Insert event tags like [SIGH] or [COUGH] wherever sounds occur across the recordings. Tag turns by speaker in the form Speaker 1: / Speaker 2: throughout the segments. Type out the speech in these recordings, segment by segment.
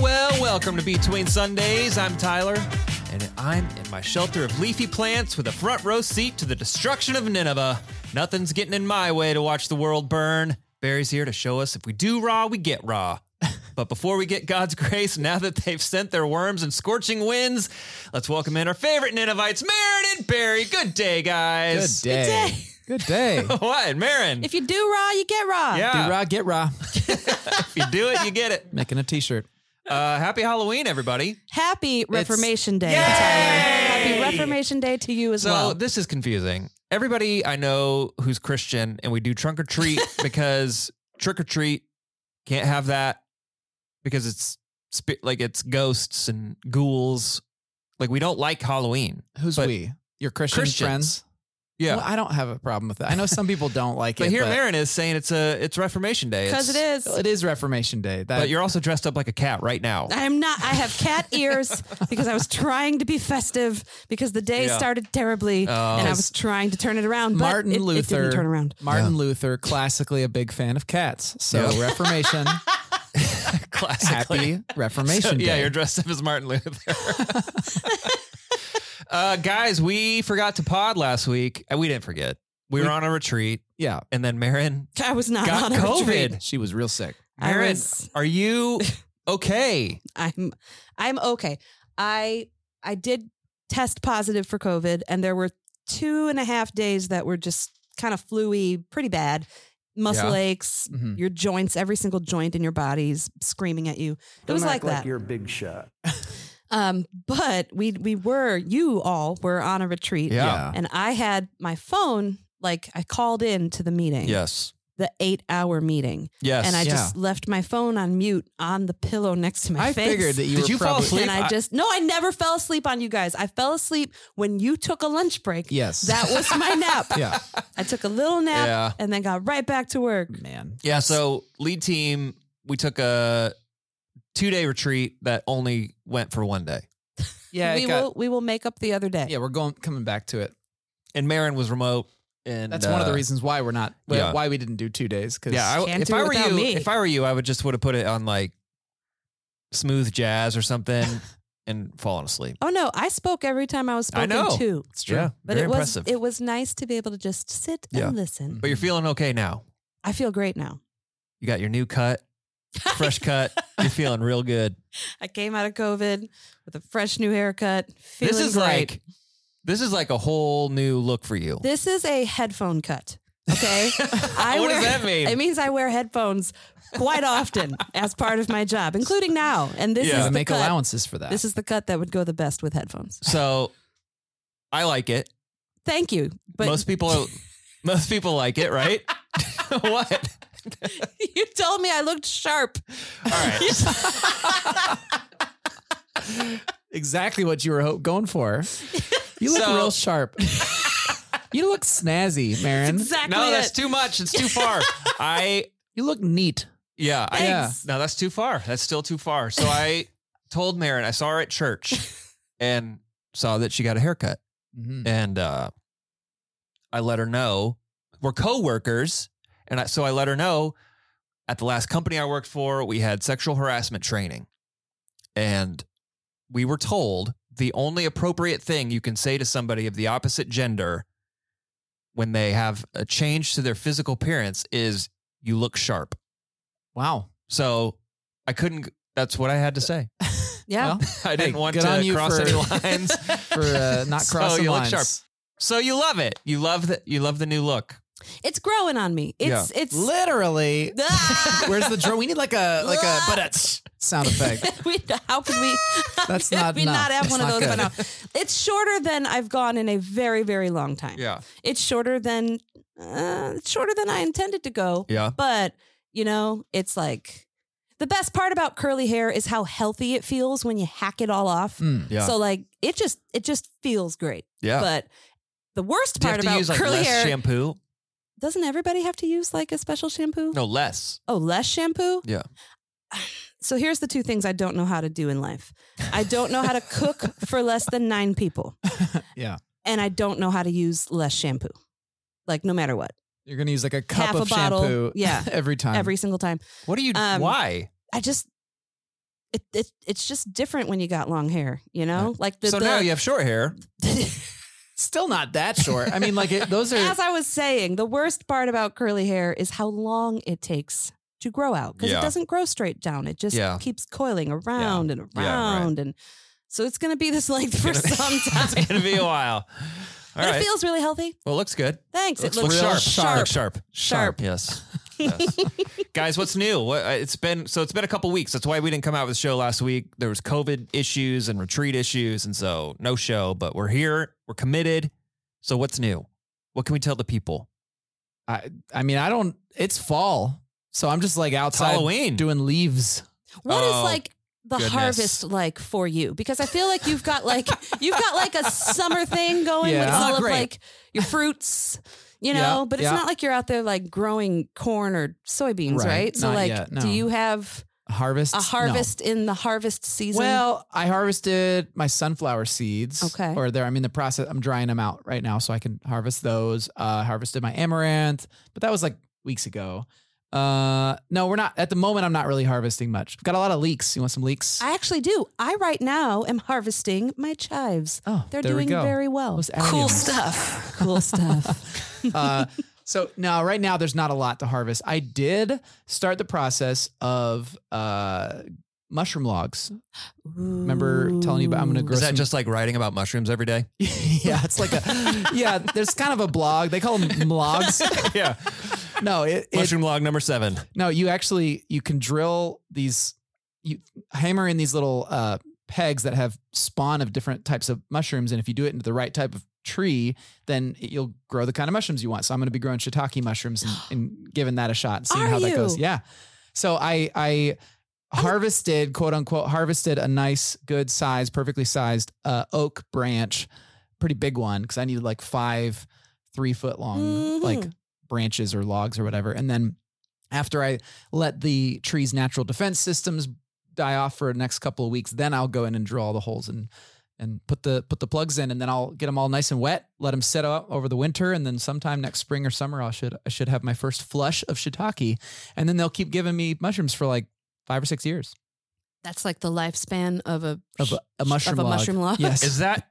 Speaker 1: Welcome to Between Sundays. I'm Tyler, and I'm in my shelter of leafy plants with a front row seat to the destruction of Nineveh. Nothing's getting in my way to watch the world burn. Barry's here to show us if we do raw, we get
Speaker 2: [LAUGHS]
Speaker 1: raw. But before we get God's grace, now that they've sent their worms and scorching winds, let's welcome in our favorite Ninevites, Marin and Barry. Good day,
Speaker 2: Good
Speaker 1: guys.
Speaker 2: day. Good [LAUGHS] day.
Speaker 1: [LAUGHS] What, Marin?
Speaker 3: If you do raw, you get raw.
Speaker 1: yeah,
Speaker 2: Do raw, get raw.
Speaker 1: if you do it, you get
Speaker 2: [LAUGHS]
Speaker 1: it.
Speaker 2: Making a t-shirt.
Speaker 1: Uh, happy Halloween, everybody.
Speaker 3: Happy Reformation Day. Tyler. Happy Reformation Day to you as
Speaker 1: So
Speaker 3: well.
Speaker 1: this is confusing. Everybody I know who's Christian and we do trunk or treat because trick or treat can't have that because it's spi- like it's ghosts and ghouls. Like we don't like Halloween.
Speaker 2: Who's
Speaker 1: But-
Speaker 2: we? Your Christian
Speaker 1: Christians.
Speaker 2: friends?
Speaker 1: Yeah.
Speaker 2: Well, I don't have a problem with that. I know some people don't [LAUGHS] like
Speaker 1: but
Speaker 2: it.
Speaker 1: here Marin is saying it's a it's Reformation Day.
Speaker 3: Because it
Speaker 1: It's-
Speaker 3: is.
Speaker 2: Well, it is Reformation Day. That,
Speaker 1: But you're also dressed up like a cat right now.
Speaker 3: I am not. I have
Speaker 1: [LAUGHS]
Speaker 3: cat ears because I was trying to be festive because the day
Speaker 1: Yeah. Uh,
Speaker 3: started terribly and I
Speaker 1: Um,
Speaker 3: was trying to turn it around. But
Speaker 2: Martin
Speaker 3: it,
Speaker 2: Luther.
Speaker 3: It didn't turn around.
Speaker 2: Martin Luther, classically a big fan of cats. So
Speaker 1: Yeah.
Speaker 2: [LAUGHS] Reformation,
Speaker 1: [LAUGHS] Classically.
Speaker 2: happy Reformation
Speaker 1: So,
Speaker 2: Day.
Speaker 1: Yeah, you're dressed up as Martin Luther. [LAUGHS] uh, guys, we forgot to pod last week. Uh, We didn't forget. We,
Speaker 2: We-
Speaker 1: were on a retreat,
Speaker 2: yeah.
Speaker 1: and then Marin
Speaker 3: I was not
Speaker 1: got
Speaker 3: on a retreat.
Speaker 1: COVID.
Speaker 2: She was real sick.
Speaker 3: I
Speaker 1: Marin,
Speaker 3: was-
Speaker 1: are
Speaker 3: [LAUGHS]
Speaker 1: you okay?
Speaker 3: I'm I'm okay. I I did test positive for COVID, and there were two and a half days that were just kind of fluey, pretty bad. Muscle
Speaker 1: Yeah.
Speaker 3: aches,
Speaker 4: Mm.
Speaker 2: Mhm.
Speaker 3: your joints, every single joint in your body's screaming at you. It was like, that.
Speaker 4: You're a big shot.
Speaker 3: [LAUGHS] um, but we we were you all were on a retreat,
Speaker 1: Yeah.
Speaker 3: and I had my phone. Like I called in to the meeting,
Speaker 1: Yes.
Speaker 3: the eight-hour meeting,
Speaker 1: Yes.
Speaker 3: and I
Speaker 2: Yeah.
Speaker 3: just left my phone on mute on the pillow next to my
Speaker 2: I
Speaker 3: face.
Speaker 2: figured that you
Speaker 1: Did
Speaker 2: were
Speaker 1: you fall
Speaker 2: probably-
Speaker 1: asleep?
Speaker 3: [LAUGHS] And I
Speaker 1: I-
Speaker 3: just no, I never fell asleep on you guys. I fell asleep when you took a lunch break.
Speaker 2: Yes.
Speaker 3: That was my nap.
Speaker 2: [LAUGHS] yeah.
Speaker 3: I took a little nap
Speaker 1: Yeah.
Speaker 3: and then got right back to work.
Speaker 2: Man.
Speaker 1: yeah. So lead team, we took a two day retreat that only went for one day,
Speaker 2: Yeah. it
Speaker 3: we
Speaker 2: got-
Speaker 3: will we will make up the other day.
Speaker 2: yeah. We're going coming back to it.
Speaker 1: and Marin was remote. And
Speaker 2: That's one of the
Speaker 1: uh,
Speaker 2: reasons why we're not
Speaker 1: Yeah.
Speaker 2: why we didn't do two days. Cause
Speaker 1: Yeah, I,
Speaker 3: Can't
Speaker 1: if
Speaker 3: do
Speaker 1: I
Speaker 3: it
Speaker 1: were
Speaker 3: without
Speaker 1: you,
Speaker 3: me.
Speaker 1: if I were you, I would just would have put it on like smooth jazz or
Speaker 3: [LAUGHS]
Speaker 1: something and fallen asleep.
Speaker 3: Oh no, I spoke every time I was
Speaker 1: I
Speaker 3: spoken
Speaker 1: know.
Speaker 3: to.
Speaker 1: It's true.
Speaker 3: But
Speaker 1: Very
Speaker 3: it was
Speaker 1: impressive.
Speaker 3: it was nice to be able to just sit
Speaker 1: Yeah. Mm-hmm.
Speaker 3: and listen.
Speaker 1: but you're feeling okay now.
Speaker 3: I feel great now.
Speaker 1: You got your new cut, fresh
Speaker 3: [LAUGHS]
Speaker 1: cut. You're feeling real good.
Speaker 3: I came out of COVID with a fresh new haircut. Feeling
Speaker 1: this is
Speaker 3: great.
Speaker 1: like this is like a whole new look for [LAUGHS] you.
Speaker 3: This is a headphone cut.
Speaker 1: [LAUGHS]
Speaker 3: Okay. I
Speaker 1: What does that mean?
Speaker 3: It means I wear headphones quite often as part of my job, including now. And this
Speaker 1: Yeah.
Speaker 3: is
Speaker 2: gotta
Speaker 3: the
Speaker 2: make
Speaker 3: cut.
Speaker 2: allowances for that.
Speaker 3: This is the cut that would go the best with headphones.
Speaker 1: So I like it.
Speaker 3: Thank you. But
Speaker 1: most people most people like it, right? [LAUGHS] what?
Speaker 3: [LAUGHS] you told me I looked sharp.
Speaker 1: All right.
Speaker 2: exactly what you were ho- going
Speaker 3: [LAUGHS]
Speaker 2: for. You look
Speaker 1: So-
Speaker 2: real sharp. you look snazzy, Marin.
Speaker 3: Exactly.
Speaker 1: No, that's
Speaker 3: it.
Speaker 1: too much. It's
Speaker 3: [LAUGHS]
Speaker 1: too far. I
Speaker 2: you look neat.
Speaker 1: Yeah, I,
Speaker 3: Thanks.
Speaker 1: No, that's too far. That's still too far. So I told Marin, I saw her at church and saw that she got a haircut.
Speaker 2: Mm-hmm.
Speaker 1: And uh, I let her know we're coworkers. And I, so I let her know at the last company I worked for, we had sexual harassment training. And we were told the only appropriate thing you can say to somebody of the opposite gender when they have a change to their physical appearance is you look sharp.
Speaker 2: Wow.
Speaker 1: So I couldn't. That's what I had to say.
Speaker 3: yeah.
Speaker 2: Well,
Speaker 1: [LAUGHS] I didn't
Speaker 2: Hey,
Speaker 1: want
Speaker 2: good on
Speaker 1: to
Speaker 2: you
Speaker 1: cross [LAUGHS]
Speaker 2: for-
Speaker 1: any lines.
Speaker 2: for
Speaker 3: [LAUGHS]
Speaker 2: uh, not
Speaker 1: So
Speaker 2: crossing
Speaker 1: you look
Speaker 2: lines.
Speaker 1: sharp. so you love it. You love the you love the new look.
Speaker 3: it's growing on me. It's it's [LAUGHS]
Speaker 2: Literally.
Speaker 3: Ah!
Speaker 2: Where's the drum? We need like a like a but sound effect.
Speaker 3: [LAUGHS] we, how could
Speaker 1: [LAUGHS]
Speaker 3: we? how
Speaker 2: That's
Speaker 3: [LAUGHS] could
Speaker 2: not
Speaker 3: we
Speaker 2: enough.
Speaker 3: not have
Speaker 2: That's
Speaker 3: one of
Speaker 2: not
Speaker 3: those by
Speaker 2: good.
Speaker 3: now. It's shorter than I've gone in a very very long time.
Speaker 1: Yeah,
Speaker 3: It's shorter than uh, it's shorter than I intended to go.
Speaker 1: yeah.
Speaker 3: But, you know, it's like the best part about curly hair is how healthy it feels when you hack it all off.
Speaker 2: Mm.
Speaker 1: Yeah.
Speaker 3: So like it just it just feels great.
Speaker 1: Yeah.
Speaker 3: But the worst
Speaker 1: Do you have
Speaker 3: part
Speaker 1: to
Speaker 3: about
Speaker 1: use like
Speaker 3: curly
Speaker 1: less
Speaker 3: hair
Speaker 1: shampoo?
Speaker 3: doesn't everybody have to use like a special shampoo?
Speaker 1: No, less.
Speaker 3: Oh, less shampoo?
Speaker 1: Yeah.
Speaker 3: [SIGHS] So here's the two things I don't know how to do in life. I don't know how
Speaker 1: [LAUGHS]
Speaker 3: to cook for less than 9 people
Speaker 2: Yeah.
Speaker 3: and I don't know how to use less shampoo. Like no matter what.
Speaker 2: You're gonna use like a cup
Speaker 3: Half
Speaker 2: of
Speaker 3: a bottle.
Speaker 2: shampoo
Speaker 3: [LAUGHS] Yeah.
Speaker 2: [LAUGHS] every time.
Speaker 3: Every single time.
Speaker 1: What do you?
Speaker 3: Um,
Speaker 1: why?
Speaker 3: I just it, it it's just different when you got long hair, you know? Like the,
Speaker 1: so
Speaker 3: the
Speaker 1: now you have short hair.
Speaker 2: Still not that short. I mean, like it, those are
Speaker 3: as I was saying, the worst part about curly hair is how long it takes to grow out because
Speaker 1: Yeah.
Speaker 3: it doesn't grow straight down. It just
Speaker 1: Yeah.
Speaker 3: keeps coiling around and
Speaker 1: right.
Speaker 3: around and so it's going to be this length [LAUGHS] for
Speaker 1: It's
Speaker 3: some
Speaker 1: gonna-
Speaker 3: time.
Speaker 1: [LAUGHS] it's gonna be a while. All
Speaker 3: but
Speaker 1: right.
Speaker 3: it feels really healthy.
Speaker 1: well, it looks good.
Speaker 3: Thanks.
Speaker 1: Looks,
Speaker 3: it looks
Speaker 1: real
Speaker 3: sharp.
Speaker 1: sharp. Looks sharp.
Speaker 3: Sharp.
Speaker 1: Yes. Yes. Guys, what's new? What uh, it's been so it's been a couple weeks. That's why we didn't come out with the show last week. There was COVID issues and retreat issues, and so no show. But we're here. We're committed. So what's new? What can we tell the people?
Speaker 2: I mean, I don't. It's fall, so I'm just like
Speaker 1: It's
Speaker 2: outside
Speaker 1: Halloween.
Speaker 2: doing leaves.
Speaker 3: [LAUGHS] What is
Speaker 1: Oh,
Speaker 3: like the
Speaker 1: goodness.
Speaker 3: harvest like for you? Because I feel like you've got like you've got like a summer thing going with
Speaker 2: Yeah.
Speaker 3: all
Speaker 2: Not
Speaker 1: Ah,
Speaker 3: of
Speaker 2: great.
Speaker 3: like your fruits, you know.
Speaker 2: Yeah,
Speaker 3: but it's
Speaker 2: yeah.
Speaker 3: not like you're out there like growing corn or soybeans,
Speaker 2: Right,
Speaker 3: right? So
Speaker 2: not
Speaker 3: like,
Speaker 2: yet,
Speaker 3: do
Speaker 2: no.
Speaker 3: you have
Speaker 2: Harvest.
Speaker 3: a
Speaker 2: No.
Speaker 3: harvest in the harvest season?
Speaker 2: Well, I harvested my sunflower seeds.
Speaker 3: Okay.
Speaker 2: Or there, I'm in the process. I'm drying them out right now, so I can harvest those. Uh, harvested my amaranth, but that was like weeks ago. Uh, no, we're not at the moment. I'm not really harvesting much. Got a lot of leeks. You want some leeks?
Speaker 3: I actually do. I right now am harvesting my chives.
Speaker 2: oh,
Speaker 3: They're
Speaker 2: there we
Speaker 3: doing
Speaker 2: go.
Speaker 3: very well.
Speaker 2: Those adages. [LAUGHS]
Speaker 3: stuff. cool stuff. [LAUGHS]
Speaker 2: uh, so no, right now there's not a lot to harvest. I did start the process of uh, mushroom logs. [LAUGHS] Remember telling you about- I'm gonna
Speaker 3: Ooh.
Speaker 2: grow-
Speaker 1: Is that
Speaker 2: some-
Speaker 1: just like writing about mushrooms every day?
Speaker 2: yeah, it's like a yeah. There's kind of a blog. They call
Speaker 3: [LAUGHS]
Speaker 2: them logs.
Speaker 1: [LAUGHS] yeah.
Speaker 2: No, it,
Speaker 1: [LAUGHS]
Speaker 2: it
Speaker 1: Mushroom log number seven.
Speaker 2: No, you actually you can drill these you hammer in these little uh pegs that have spawn of different types of mushrooms and if you do it into the right type of tree, then it- you'll grow the kind of mushrooms you want. So I'm going to be growing shiitake mushrooms
Speaker 3: [GASPS]
Speaker 2: and, and giving that a shot and seeing
Speaker 3: Are
Speaker 2: how that
Speaker 3: you?
Speaker 2: goes. Yeah. So I I harvested quote unquote harvested a nice good size perfectly sized uh, oak branch pretty big one because i needed like five three foot long like
Speaker 3: Mhm.
Speaker 2: branches or logs or whatever and then after i let the tree's natural defense systems die off for the next couple of weeks then i'll go in and drill all the holes and and put the put the plugs in and then i'll get them all nice and wet let them sit out over the winter and then sometime next spring or summer i should i should have my first flush of shiitake and then they'll keep giving me mushrooms for like five or six years
Speaker 3: That's like the lifespan of a
Speaker 2: of a, a mushroom
Speaker 3: of a
Speaker 2: log.
Speaker 3: mushroom log.
Speaker 2: Yes.
Speaker 1: Is [LAUGHS] that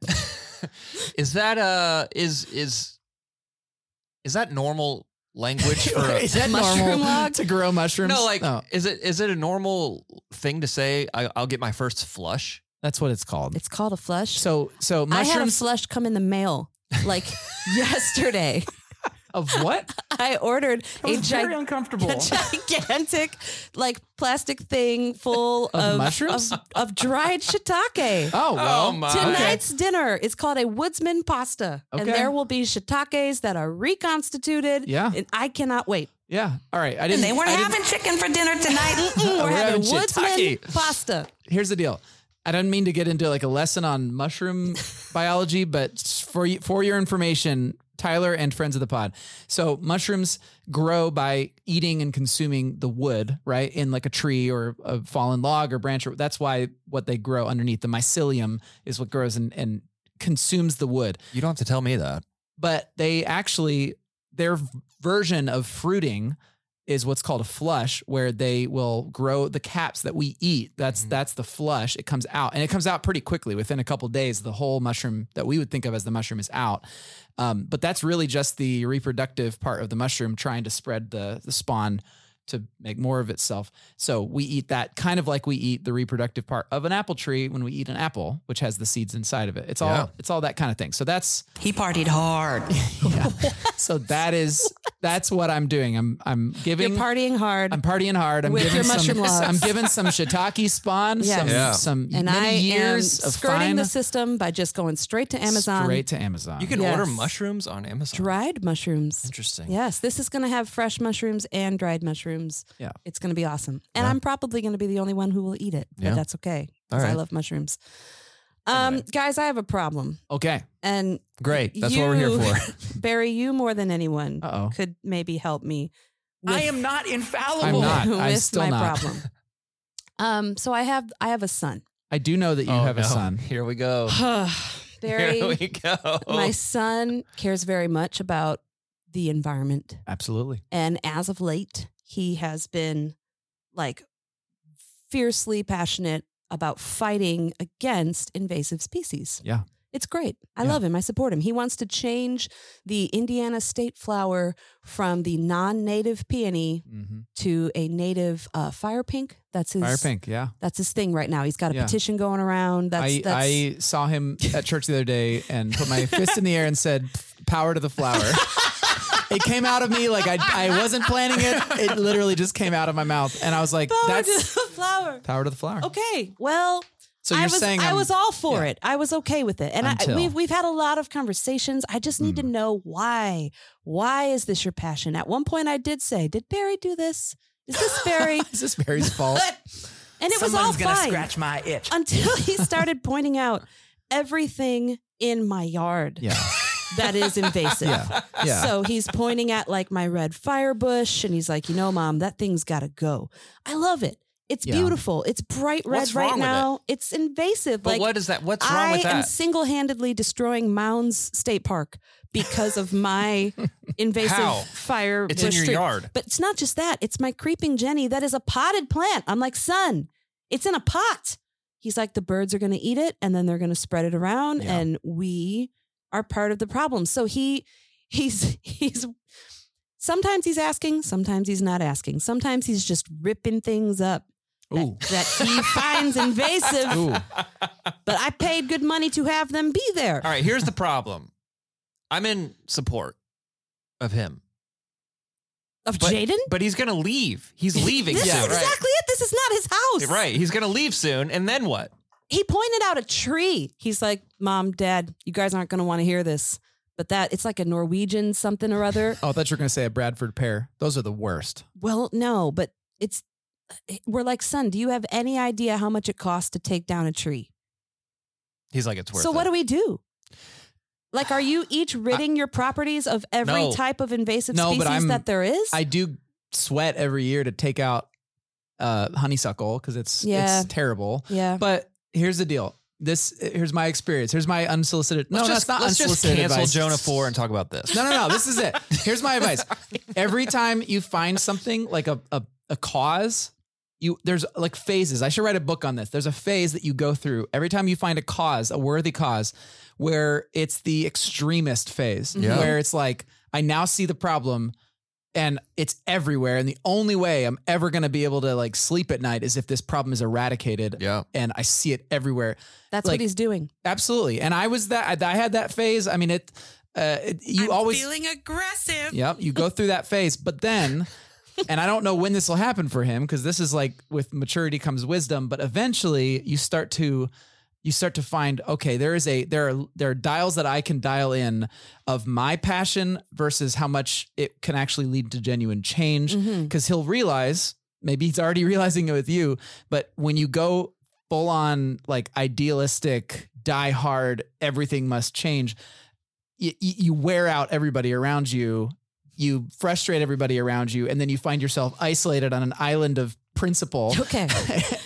Speaker 1: is that uh is is is that normal language [LAUGHS] for a,
Speaker 2: Is that
Speaker 3: Mushroom
Speaker 2: normal [LAUGHS]
Speaker 3: log?
Speaker 2: to grow mushrooms?
Speaker 1: No, like
Speaker 2: No,
Speaker 1: is it is it a normal thing to say I, I'll get my first flush?
Speaker 2: that's what it's called.
Speaker 3: It's called a flush.
Speaker 2: so so
Speaker 3: I had a
Speaker 2: mushrooms
Speaker 3: flush come in the mail
Speaker 2: [LAUGHS]
Speaker 3: like yesterday.
Speaker 2: of what?
Speaker 3: I ordered a, gi- [LAUGHS]
Speaker 2: uncomfortable.
Speaker 3: a gigantic like plastic thing full
Speaker 2: Of
Speaker 3: of,
Speaker 2: mushrooms?
Speaker 3: of, of dried shiitake.
Speaker 2: [LAUGHS] oh well.
Speaker 1: Oh, my.
Speaker 3: Tonight's dinner is called a woodsman pasta, and
Speaker 2: Okay.
Speaker 3: there will be shiitakes that are reconstituted.
Speaker 2: Yeah.
Speaker 3: and I cannot wait.
Speaker 2: Yeah. All right. I didn't.
Speaker 3: and they weren't
Speaker 2: I didn't-
Speaker 3: having chicken for dinner tonight. Mm-mm, [LAUGHS] we're,
Speaker 2: We're
Speaker 3: having,
Speaker 2: having
Speaker 3: woodsman
Speaker 2: shiitake.
Speaker 3: pasta.
Speaker 2: Here's the deal. I didn't mean to get into like a lesson on mushroom biology, but for you, for your information, Tyler and friends of the pod. So mushrooms grow by eating and consuming the wood, right, in like a tree or a fallen log or branch. Or, that's why what they grow underneath the mycelium is what grows and, and consumes the wood
Speaker 1: You don't have to tell me that.
Speaker 2: but they actually their v- version of fruiting is what's called a flush where they will grow the caps that we eat that's
Speaker 1: Mhm.
Speaker 2: that's the flush it comes out and it comes out pretty quickly within a couple days the whole mushroom that we would think of as the mushroom is out um, but that's really just the reproductive part of the mushroom trying to spread the the spawn to make more of itself so we eat that kind of like we eat the reproductive part of an apple tree when we eat an apple which has the seeds inside of it it's
Speaker 1: Yeah.
Speaker 2: all it's all that kind of thing so that's
Speaker 3: He partied hard.
Speaker 2: yeah. so that is that's what I'm doing. I'm I'm
Speaker 3: You're
Speaker 2: giving
Speaker 3: partying hard.
Speaker 2: I'm partying hard. I'm
Speaker 3: with
Speaker 2: giving
Speaker 3: your
Speaker 2: some
Speaker 3: mushroom logs.
Speaker 2: I'm giving
Speaker 3: [LAUGHS]
Speaker 2: some shiitake spawn
Speaker 3: Yes.
Speaker 2: some
Speaker 1: Yeah.
Speaker 2: some
Speaker 3: and
Speaker 2: many
Speaker 3: I
Speaker 2: years
Speaker 3: am
Speaker 2: of
Speaker 3: skirting
Speaker 2: fine
Speaker 3: the system by just going straight to Amazon.
Speaker 2: straight to Amazon.
Speaker 1: You can
Speaker 3: Yes.
Speaker 1: order mushrooms on Amazon.
Speaker 3: dried mushrooms.
Speaker 1: Interesting.
Speaker 3: Yes, this is going to have fresh mushrooms and dried mushrooms.
Speaker 2: Yeah.
Speaker 3: it's going to be awesome, and
Speaker 1: Yeah.
Speaker 3: I'm probably going to be the only one who will eat it. But
Speaker 1: Yeah.
Speaker 3: that's okay 'cause
Speaker 1: All right.
Speaker 3: I love mushrooms. Um,
Speaker 1: Anyway.
Speaker 3: guys, I have a problem,
Speaker 2: okay.
Speaker 3: and
Speaker 1: Great. That's what we're here
Speaker 2: [LAUGHS]
Speaker 3: You-
Speaker 1: for.
Speaker 3: Barry, you more than anyone
Speaker 2: Uh oh.
Speaker 3: could maybe help me. With, [LAUGHS]
Speaker 1: not
Speaker 2: I'm
Speaker 1: infallible.
Speaker 2: not.
Speaker 3: with
Speaker 2: I still
Speaker 3: my
Speaker 2: not. [LAUGHS]
Speaker 3: problem. Um, so I have I have a son,
Speaker 2: I do know that you have a son.
Speaker 1: Oh, Here we
Speaker 3: [LAUGHS]
Speaker 1: go. Oh.
Speaker 3: [SIGHS] Barry.
Speaker 1: [LAUGHS] Here we go.
Speaker 3: My son cares very much about the environment.
Speaker 2: Absolutely.
Speaker 3: And as of late, he has been like fiercely passionate about fighting against invasive species.
Speaker 2: Yeah.
Speaker 3: It's great. I
Speaker 2: Yeah.
Speaker 3: love him. I support him. He wants to change the Indiana state flower from the non native peony
Speaker 2: Mhm.
Speaker 3: to a native uh, fire pink. That's his
Speaker 2: Fire pink, yeah.
Speaker 3: That's his thing right now. He's got a
Speaker 2: Yeah.
Speaker 3: petition going around. That's
Speaker 2: I,
Speaker 3: that's [LAUGHS]
Speaker 2: I saw him at church the other day and put my fist in the air and said, "Power to the
Speaker 3: [LAUGHS]
Speaker 2: flower." it came out of me like I, I wasn't planning it. It literally just came out of my mouth, and I was like,
Speaker 3: Power
Speaker 2: "That's
Speaker 3: [LAUGHS] to the flower.
Speaker 2: power to the flower."
Speaker 3: Okay. Well,
Speaker 2: So you're
Speaker 3: I was
Speaker 2: saying
Speaker 3: I
Speaker 2: I'm-
Speaker 3: was all for
Speaker 2: yeah.
Speaker 3: it. I was okay with it. And I,
Speaker 2: Until- Mm.
Speaker 3: we've we've had a lot of conversations. I just need to know why. Why is this your passion? At one point I did say, did Barry do this? Is
Speaker 2: [LAUGHS]
Speaker 3: this Barry?
Speaker 2: [LAUGHS] Is this
Speaker 3: [LAUGHS]
Speaker 2: Barry's fault?
Speaker 3: and it
Speaker 4: Someone's
Speaker 3: was all
Speaker 4: gonna
Speaker 3: fine
Speaker 4: scratch my itch.
Speaker 3: until he started pointing out everything in my yard
Speaker 1: [LAUGHS]
Speaker 2: [LAUGHS] yeah,
Speaker 3: that is invasive.
Speaker 2: yeah, yeah.
Speaker 3: So he's pointing at like my red fire bush and he's like, you know, mom, that thing's got to go. I love it. It's
Speaker 2: Yeah.
Speaker 3: beautiful. It's bright red
Speaker 1: What's
Speaker 3: right
Speaker 1: wrong with
Speaker 3: now. It's invasive.
Speaker 1: But
Speaker 3: like
Speaker 1: what is that? What's wrong
Speaker 3: I
Speaker 1: with
Speaker 3: am
Speaker 1: that?
Speaker 3: single handedly destroying Mounds State Park because
Speaker 1: [LAUGHS]
Speaker 3: of my invasive
Speaker 1: How?
Speaker 3: fire
Speaker 1: it's in your
Speaker 3: restrict-
Speaker 1: yard.
Speaker 3: But it's not just that. It's my creeping Jenny that is a potted plant. I'm like, son, it's in a pot. He's like, the birds are going to eat it and then they're going to spread it around
Speaker 2: Yeah.
Speaker 3: and we are part of the problem. So he, he's, he's, sometimes he's asking, sometimes he's not asking. Sometimes he's just ripping things up that,
Speaker 2: Ooh.
Speaker 3: that
Speaker 1: [LAUGHS]
Speaker 3: he finds invasive,
Speaker 2: Ooh,
Speaker 3: but I paid good money to have them be there.
Speaker 1: All right, here's the problem. I'm in support of him,
Speaker 3: Of
Speaker 1: but
Speaker 3: Jaden?
Speaker 1: but he's gonna leave.
Speaker 3: [LAUGHS]
Speaker 1: He's leaving
Speaker 3: This
Speaker 1: soon.
Speaker 3: is exactly it. This is not his house.
Speaker 1: Right, he's gonna leave soon, and then what?
Speaker 3: he pointed out a tree. He's like, Mom, Dad, you guys aren't going to want to hear this, but that it's like a Norwegian something or
Speaker 1: [LAUGHS]
Speaker 3: other.
Speaker 2: oh, I thought you were gonna say a Bradford pear. Those are the worst.
Speaker 3: well, no, but it's, eh, we're like, son, do you have any idea how much it costs to take down a tree?
Speaker 1: He's like, it's worth.
Speaker 3: So what
Speaker 1: it.
Speaker 3: do we do? Like, are you
Speaker 1: [SIGHS]
Speaker 3: each ridding your properties of every
Speaker 1: No.
Speaker 3: type of invasive
Speaker 2: No, but
Speaker 3: species
Speaker 2: I'm-
Speaker 3: that there is?
Speaker 2: I do sweat every year to take out uh, honeysuckle because it's
Speaker 3: Yeah.
Speaker 2: it's terrible.
Speaker 3: yeah.
Speaker 2: But here's the deal. This here's my experience. Here's my unsolicited.
Speaker 1: Let's
Speaker 2: no,
Speaker 1: just,
Speaker 2: that's not
Speaker 1: let's just
Speaker 2: unsolicited
Speaker 1: cancel
Speaker 2: advice.
Speaker 1: Jonah Four
Speaker 2: [LAUGHS]
Speaker 1: and talk about this.
Speaker 2: No, no, no. This is it. Here's
Speaker 1: [LAUGHS]
Speaker 2: my advice. Every time you find something like a, a a cause, you there's like phases. I should write a book on this. There's a phase that you go through every time you find a cause, a worthy cause, where it's the extremist phase,
Speaker 1: Mm-hmm. Yeah.
Speaker 2: where it's like I now see the problem and it's everywhere and the only way I'm ever going to be able to like sleep at night is if this problem is eradicated
Speaker 1: Yeah,
Speaker 2: and I see it everywhere.
Speaker 3: That's
Speaker 2: like-
Speaker 3: what he's doing.
Speaker 2: Absolutely. And I was that I had that phase. I mean, it uh, it, you
Speaker 4: I'm
Speaker 2: always
Speaker 4: feeling aggressive.
Speaker 2: Yep, you go through that phase, but then, and I don't know when this will happen for him because this is like with maturity comes wisdom. But eventually, you start to you start to find okay, there is a there are there are dials that I can dial in of my passion versus how much it can actually lead to genuine change
Speaker 3: Mhm.
Speaker 2: because he'll realize maybe he's already [LAUGHS] realizing it with you but when you go full on like idealistic die hard everything must change you, you wear out everybody around you you frustrate everybody around you and then you find yourself isolated on an island of principle [LAUGHS]
Speaker 3: Okay.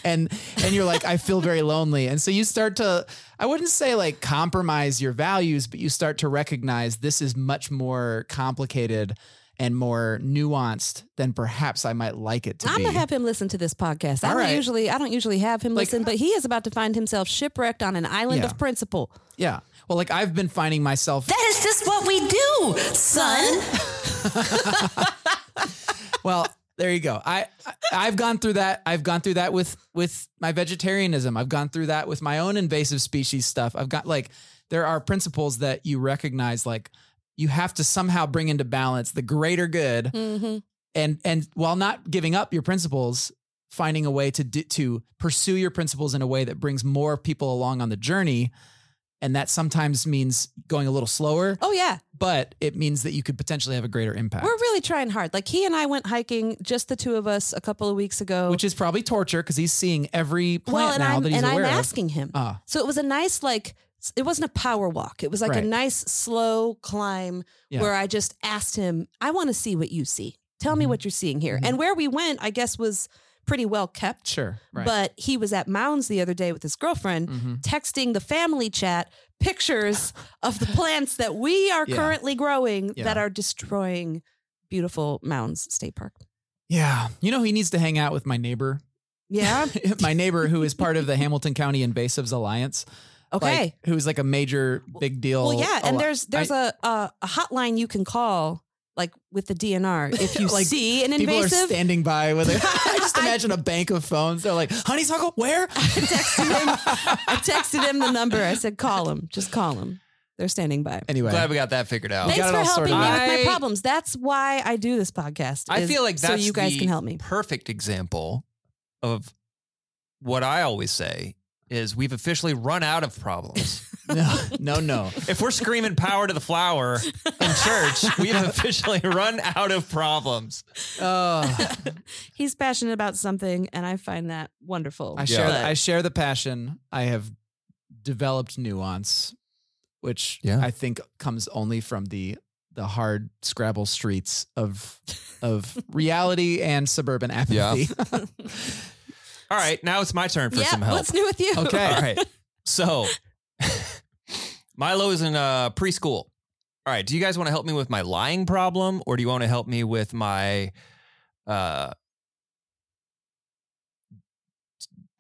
Speaker 2: and and you're like I feel very lonely and so you start to I wouldn't say like compromise your values but you start to recognize this is much more complicated and more nuanced than perhaps I might like it to
Speaker 3: I'm
Speaker 2: be.
Speaker 3: gonna have him listen to this podcast. I
Speaker 2: All
Speaker 3: don't
Speaker 2: right.
Speaker 3: usually I don't usually have him
Speaker 2: Like-
Speaker 3: listen, but he is about to find himself shipwrecked on an island
Speaker 2: Yeah.
Speaker 3: of principle.
Speaker 2: yeah. Well like I've been finding myself
Speaker 4: That is just what we do, son.
Speaker 2: well there you go I, I i've gone through that i've gone through that with with my vegetarianism i've gone through that with my own invasive species stuff i've got like there are principles that you recognize like you have to somehow bring into balance the greater good
Speaker 3: Mm-hmm.
Speaker 2: and and while not giving up your principles finding a way to d- to pursue your principles in a way that brings more people along on the journey and that sometimes means going a little slower
Speaker 3: Oh yeah,
Speaker 2: but it means that you could potentially have a greater impact
Speaker 3: we're really trying hard. Like he and I went hiking, just the two of us, a couple of weeks ago.
Speaker 2: which is probably torture because he's seeing every
Speaker 3: well,
Speaker 2: plant
Speaker 3: and
Speaker 2: now
Speaker 3: I'm
Speaker 2: that he's
Speaker 3: and I'm
Speaker 2: aware
Speaker 3: asking him.
Speaker 2: of. Ah,
Speaker 3: So it was a nice like s- it wasn't a power walk. It was like
Speaker 2: Right.
Speaker 3: a nice slow climb
Speaker 2: Yeah.
Speaker 3: where I just asked him, I want to see what you see. Tell me
Speaker 2: Mhm.
Speaker 3: what you're seeing here.
Speaker 2: Mhm.
Speaker 3: And where we went, I guess, was pretty well kept.
Speaker 2: sure, right.
Speaker 3: But he was at Mounds the other day with his girlfriend.
Speaker 2: Mhm.
Speaker 3: texting the family chat
Speaker 2: [LAUGHS]
Speaker 3: pictures of the plants that we are
Speaker 2: Yeah.
Speaker 3: currently growing
Speaker 2: Yeah.
Speaker 3: that are destroying beautiful mounds state park
Speaker 2: yeah, you know he needs to hang out with my neighbor [LAUGHS]
Speaker 3: Yeah.
Speaker 2: my neighbor who is part of the Hamilton County Invasives Alliance.
Speaker 3: Okay.
Speaker 2: Like, who's like a major big deal.
Speaker 3: well, yeah, and
Speaker 2: alli-
Speaker 3: there's there's a a, a hotline you can call like with the DNR if you
Speaker 2: [LAUGHS] Like,
Speaker 3: see an
Speaker 2: people are
Speaker 3: invasive.
Speaker 2: standing by with. A, I just imagine a bank of phones. They're like, honeysuckle, where?
Speaker 3: I texted him the number. I said, call him. Just call him. They're standing by.
Speaker 2: [LAUGHS] anyway,
Speaker 1: Glad we got that figured out.
Speaker 2: Thank-
Speaker 3: Thanks
Speaker 2: Oh, got it
Speaker 3: for
Speaker 2: all
Speaker 3: helping
Speaker 2: sorted
Speaker 3: me
Speaker 1: out.
Speaker 3: with my
Speaker 1: I-
Speaker 3: problems. That's why I do this podcast.
Speaker 1: I
Speaker 3: is
Speaker 1: feel like that's
Speaker 3: so you guys
Speaker 1: the
Speaker 3: can help me.
Speaker 1: perfect example of what I always say is we've officially run out of
Speaker 3: [LAUGHS]
Speaker 1: problems.
Speaker 2: no, no, no.
Speaker 1: if we're screaming power to the flower in church,
Speaker 3: [LAUGHS]
Speaker 1: we have officially run out of problems.
Speaker 2: Oh,
Speaker 3: He's passionate about something, and I find that wonderful.
Speaker 2: [LAUGHS] I share.
Speaker 3: But
Speaker 2: I share the passion. I have developed nuance, which
Speaker 1: Yeah.
Speaker 2: I think comes only from the the hard Scrabble streets of
Speaker 1: [LAUGHS]
Speaker 2: of reality and suburban apathy.
Speaker 1: All right, now it's my turn for
Speaker 3: yeah,
Speaker 1: some help.
Speaker 3: what's new with you?
Speaker 2: Okay.
Speaker 1: All
Speaker 2: [LAUGHS]
Speaker 1: right. So [LAUGHS] Milo is in uh, preschool. All right. Do you guys want to help me with my lying problem or do you want to help me with my uh,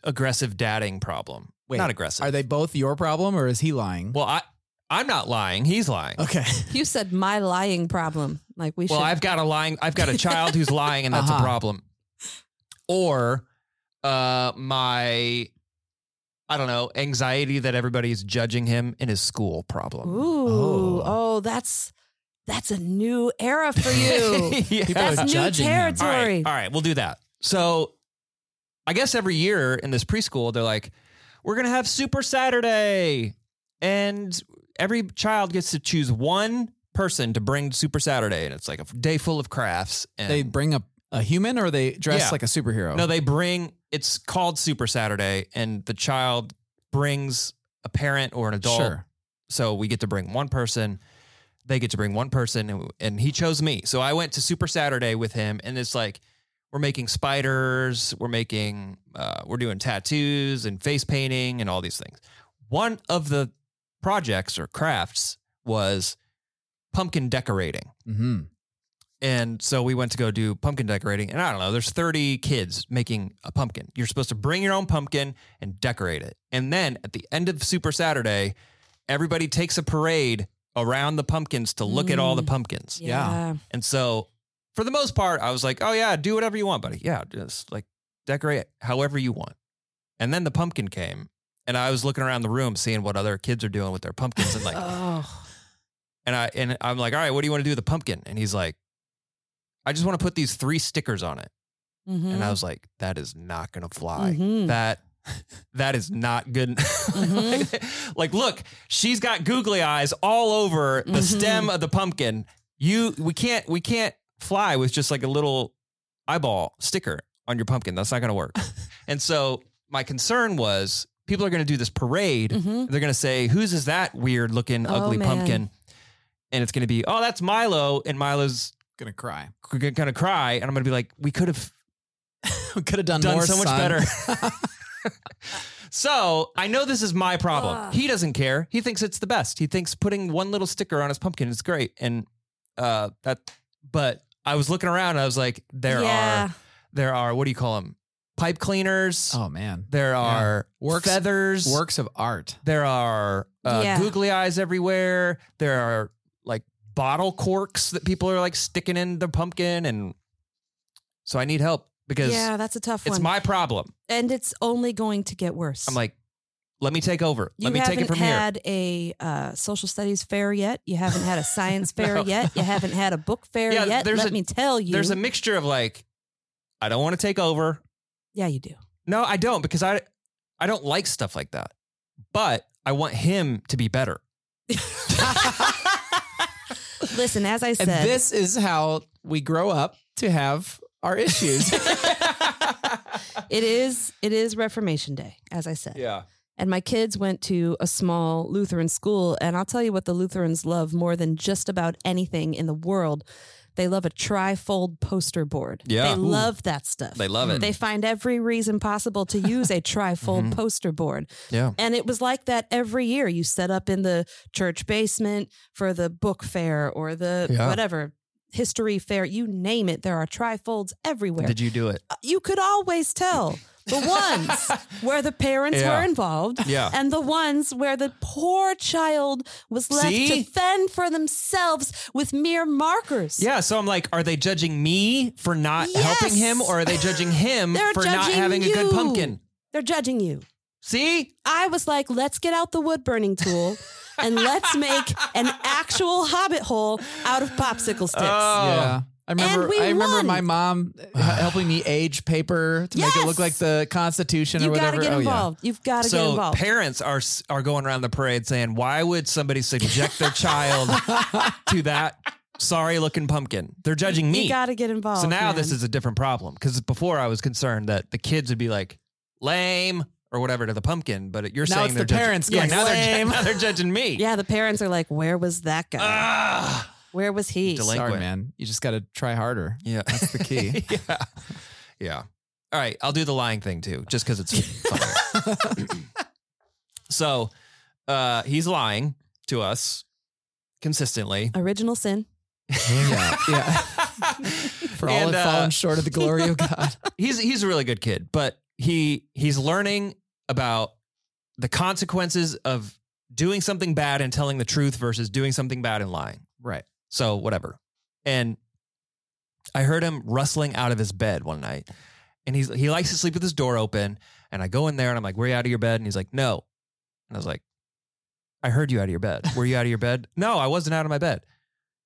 Speaker 1: aggressive dadding problem?
Speaker 2: [LAUGHS] Wait,
Speaker 1: not aggressive.
Speaker 2: Are they both your problem, or is he lying?
Speaker 1: well, I, I'm not lying. He's lying.
Speaker 2: okay.
Speaker 3: [LAUGHS] You said my lying problem. Like we
Speaker 1: Well,
Speaker 3: should.
Speaker 1: I've got a lying. I've
Speaker 2: [LAUGHS]
Speaker 1: got a child who's lying, and that's
Speaker 2: Uh-huh.
Speaker 1: a problem. Or uh, my, I don't know, anxiety that everybody's judging him in his school problem.
Speaker 3: Ooh,
Speaker 2: Oh.
Speaker 3: oh. that's that's a new
Speaker 1: [LAUGHS]
Speaker 3: era for
Speaker 2: [LAUGHS]
Speaker 3: you.
Speaker 1: Yeah.
Speaker 2: People
Speaker 3: that's
Speaker 2: are
Speaker 3: new
Speaker 2: judging him.
Speaker 1: All
Speaker 3: territory.
Speaker 1: right, all right, we'll do that. So, I guess every year in this preschool, they're like, "We're gonna have Super Saturday," and every child gets to choose one person to bring to Super Saturday, and it's like a f- day full of crafts. And
Speaker 2: They bring a, a human, or they dress
Speaker 1: Yeah.
Speaker 2: like a superhero.
Speaker 1: no, they bring. It's called Super Saturday, and the child brings a parent or an adult.
Speaker 2: sure.
Speaker 1: So we get to bring one person. They get to bring one person, and, and he chose me. So I went to Super Saturday with him, and it's like we're making spiders, we're making, uh, we're doing tattoos and face painting and all these things. One of the projects or crafts was pumpkin decorating.
Speaker 2: hmm
Speaker 1: And so we went to go do pumpkin decorating. And I don't know, there's 30 kids making a pumpkin. You're supposed to bring your own pumpkin and decorate it. And then at the end of Super Saturday, everybody takes a parade around the pumpkins to look at all the
Speaker 3: Mm.
Speaker 1: pumpkins.
Speaker 2: Yeah.
Speaker 1: And so for the most part, I was like, oh, yeah, do whatever you want, buddy. Yeah, just like decorate it however you want. And then the pumpkin came. And I was looking around the room seeing what other kids are doing with their pumpkins. And
Speaker 3: [LAUGHS]
Speaker 1: like,
Speaker 3: Oh.
Speaker 1: and I and I'm like, all right, what do you want to do with the pumpkin? And he's like, I just want to put these three stickers on it.
Speaker 3: Mhm.
Speaker 1: And I was like, that is not gonna fly.
Speaker 3: Mhm.
Speaker 1: That that is not good. [LAUGHS] like, look, she's got googly eyes all over the
Speaker 3: Mhm.
Speaker 1: stem of the pumpkin. You we can't we can't fly with just like a little eyeball sticker on your pumpkin. That's not gonna work. and so my concern was people are gonna do this parade
Speaker 3: Mhm.
Speaker 1: they're gonna say, "Whose is that weird looking
Speaker 3: Oh,
Speaker 1: ugly
Speaker 3: man.
Speaker 1: pumpkin?" And it's gonna be, "Oh, that's Milo," and Milo's
Speaker 2: Gonna cry.
Speaker 1: g- g- gonna cry, and I'm gonna be like, "We could have
Speaker 2: [LAUGHS] We could have done,
Speaker 1: done
Speaker 2: more,
Speaker 1: so much
Speaker 2: son.
Speaker 1: better." so I know this is my problem.
Speaker 3: Ugh.
Speaker 1: He doesn't care. He thinks it's the best. He thinks putting one little sticker on his pumpkin is great, and uh, that. But I was looking around. And I was like, there
Speaker 3: Yeah.
Speaker 1: are there are what do you call them? Pipe cleaners.
Speaker 2: [LAUGHS]
Speaker 1: [LAUGHS]
Speaker 2: Oh man.
Speaker 1: There are
Speaker 2: Works-
Speaker 1: feathers.
Speaker 2: Works of art. [LAUGHS]
Speaker 1: There are uh,
Speaker 3: Yeah.
Speaker 1: googly eyes everywhere. There are like bottle corks that people are like sticking in the pumpkin, and so I need help because
Speaker 3: yeah, that's a tough
Speaker 1: it's
Speaker 3: one.
Speaker 1: my problem.
Speaker 3: and it's only going to get worse.
Speaker 1: I'm like, let me take over.
Speaker 3: you
Speaker 1: let me
Speaker 3: haven't
Speaker 1: take it from here.
Speaker 3: had a uh, social studies fair yet. You haven't had a
Speaker 1: [LAUGHS]
Speaker 3: science fair yet. You haven't had a book fair
Speaker 1: Yeah,
Speaker 3: yet.
Speaker 1: there's
Speaker 3: Let
Speaker 1: a-
Speaker 3: me tell you.
Speaker 1: There's a mixture of like, I don't want to take over.
Speaker 3: yeah, you do.
Speaker 1: No, I don't because I, I don't like stuff like that. But I want him to be better.
Speaker 3: Listen, as I said,
Speaker 2: And this is how we grow up to have our issues.
Speaker 3: it is it is Reformation Day, as I said.
Speaker 1: yeah.
Speaker 3: And my kids went to a small Lutheran school. And I'll tell you what the Lutherans love more than just about anything in the world. They love a trifold poster board.
Speaker 1: Yeah.
Speaker 3: They
Speaker 1: Ooh.
Speaker 3: love that stuff.
Speaker 1: They love it. Mm-hmm.
Speaker 3: They find every reason possible to use a trifold poster board.
Speaker 1: Yeah.
Speaker 3: And it was like that every year. You set up in the church basement for the book fair or the
Speaker 1: Yeah.
Speaker 3: whatever history fair, you name it. There are trifolds everywhere.
Speaker 1: Did you do it?
Speaker 3: Uh, you could always tell the
Speaker 1: [LAUGHS]
Speaker 3: ones where the parents
Speaker 1: Yeah.
Speaker 3: were involved
Speaker 1: Yeah.
Speaker 3: and the ones where the poor child was left
Speaker 1: See?
Speaker 3: to fend for themselves with mere markers.
Speaker 1: Yeah, so I'm like, are they judging me for not helping him,
Speaker 3: Yes.
Speaker 1: or are they judging him
Speaker 3: They're
Speaker 1: for not
Speaker 3: judging
Speaker 1: having a good
Speaker 3: you.
Speaker 1: pumpkin?
Speaker 3: They're judging you.
Speaker 1: See,
Speaker 3: I was like, let's get out the wood burning tool and let's make an actual hobbit hole out of popsicle sticks.
Speaker 1: Oh.
Speaker 2: yeah. I remember.
Speaker 3: And we
Speaker 2: I remember
Speaker 3: won.
Speaker 2: my mom h- helping me age paper to make it look
Speaker 3: Yes.
Speaker 2: like the Constitution
Speaker 3: you
Speaker 2: or
Speaker 3: got
Speaker 2: whatever.
Speaker 3: to get
Speaker 2: oh
Speaker 3: involved. You've got to get
Speaker 1: so
Speaker 3: involved.
Speaker 1: parents are s- are going around the parade saying, why would somebody subject their
Speaker 3: [LAUGHS]
Speaker 1: child to that sorry looking pumpkin? They're judging me.
Speaker 3: You got to get involved.
Speaker 1: so now this
Speaker 3: man.
Speaker 1: is a different problem because before I was concerned that the kids would be like lame or whatever to the pumpkin, but you're
Speaker 2: Now
Speaker 1: saying
Speaker 2: it's
Speaker 1: they're
Speaker 2: the
Speaker 1: judging-
Speaker 2: parents
Speaker 1: Yeah,
Speaker 2: going,
Speaker 1: now they're, [LAUGHS]
Speaker 2: "Lame."
Speaker 1: now they're judging me.
Speaker 3: Yeah, the parents are like, where was that guy?
Speaker 1: Ah.
Speaker 3: where was he?
Speaker 2: yeah.
Speaker 1: Delay-
Speaker 2: Sorry,
Speaker 1: Delinquent.
Speaker 2: man. You just got to try harder.
Speaker 1: Yeah. [LAUGHS]
Speaker 2: That's the [LAUGHS] key.
Speaker 1: yeah. Yeah. All right. I'll do the lying thing too, just because it's funnier. so uh, he's lying to us consistently. [LAUGHS]
Speaker 3: Original sin. [GASPS]
Speaker 2: [LAUGHS] yeah, yeah. For all
Speaker 1: And,
Speaker 2: have
Speaker 1: uh,
Speaker 2: fallen short of the glory of God. [LAUGHS]
Speaker 1: he's he's a really good kid, but he he's learning about the consequences of doing something bad and telling the truth versus doing something bad and lying.
Speaker 2: right.
Speaker 1: So whatever. And I heard him rustling out of his bed one night. And he's he likes to sleep with his door open. And I go in there and I'm like, Were you out of your bed? And he's like, No. And I was like, I heard you out of your bed. Were you out of your bed? [LAUGHS] No, I wasn't out of my bed.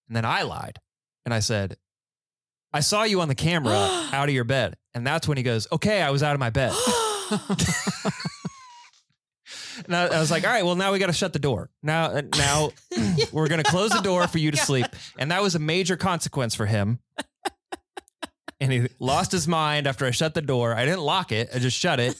Speaker 1: And then I lied. And I said, I saw you on the camera [GASPS] out of your bed. And that's when he goes, Okay, I was out of my
Speaker 3: [GASPS]
Speaker 1: bed. And I, I was like, all right, well, now we got to shut the door. Now, uh, now we're going to close the door for you to sleep. And that was a major consequence for him. And he lost his mind after I shut the door. I didn't lock it, I just shut it.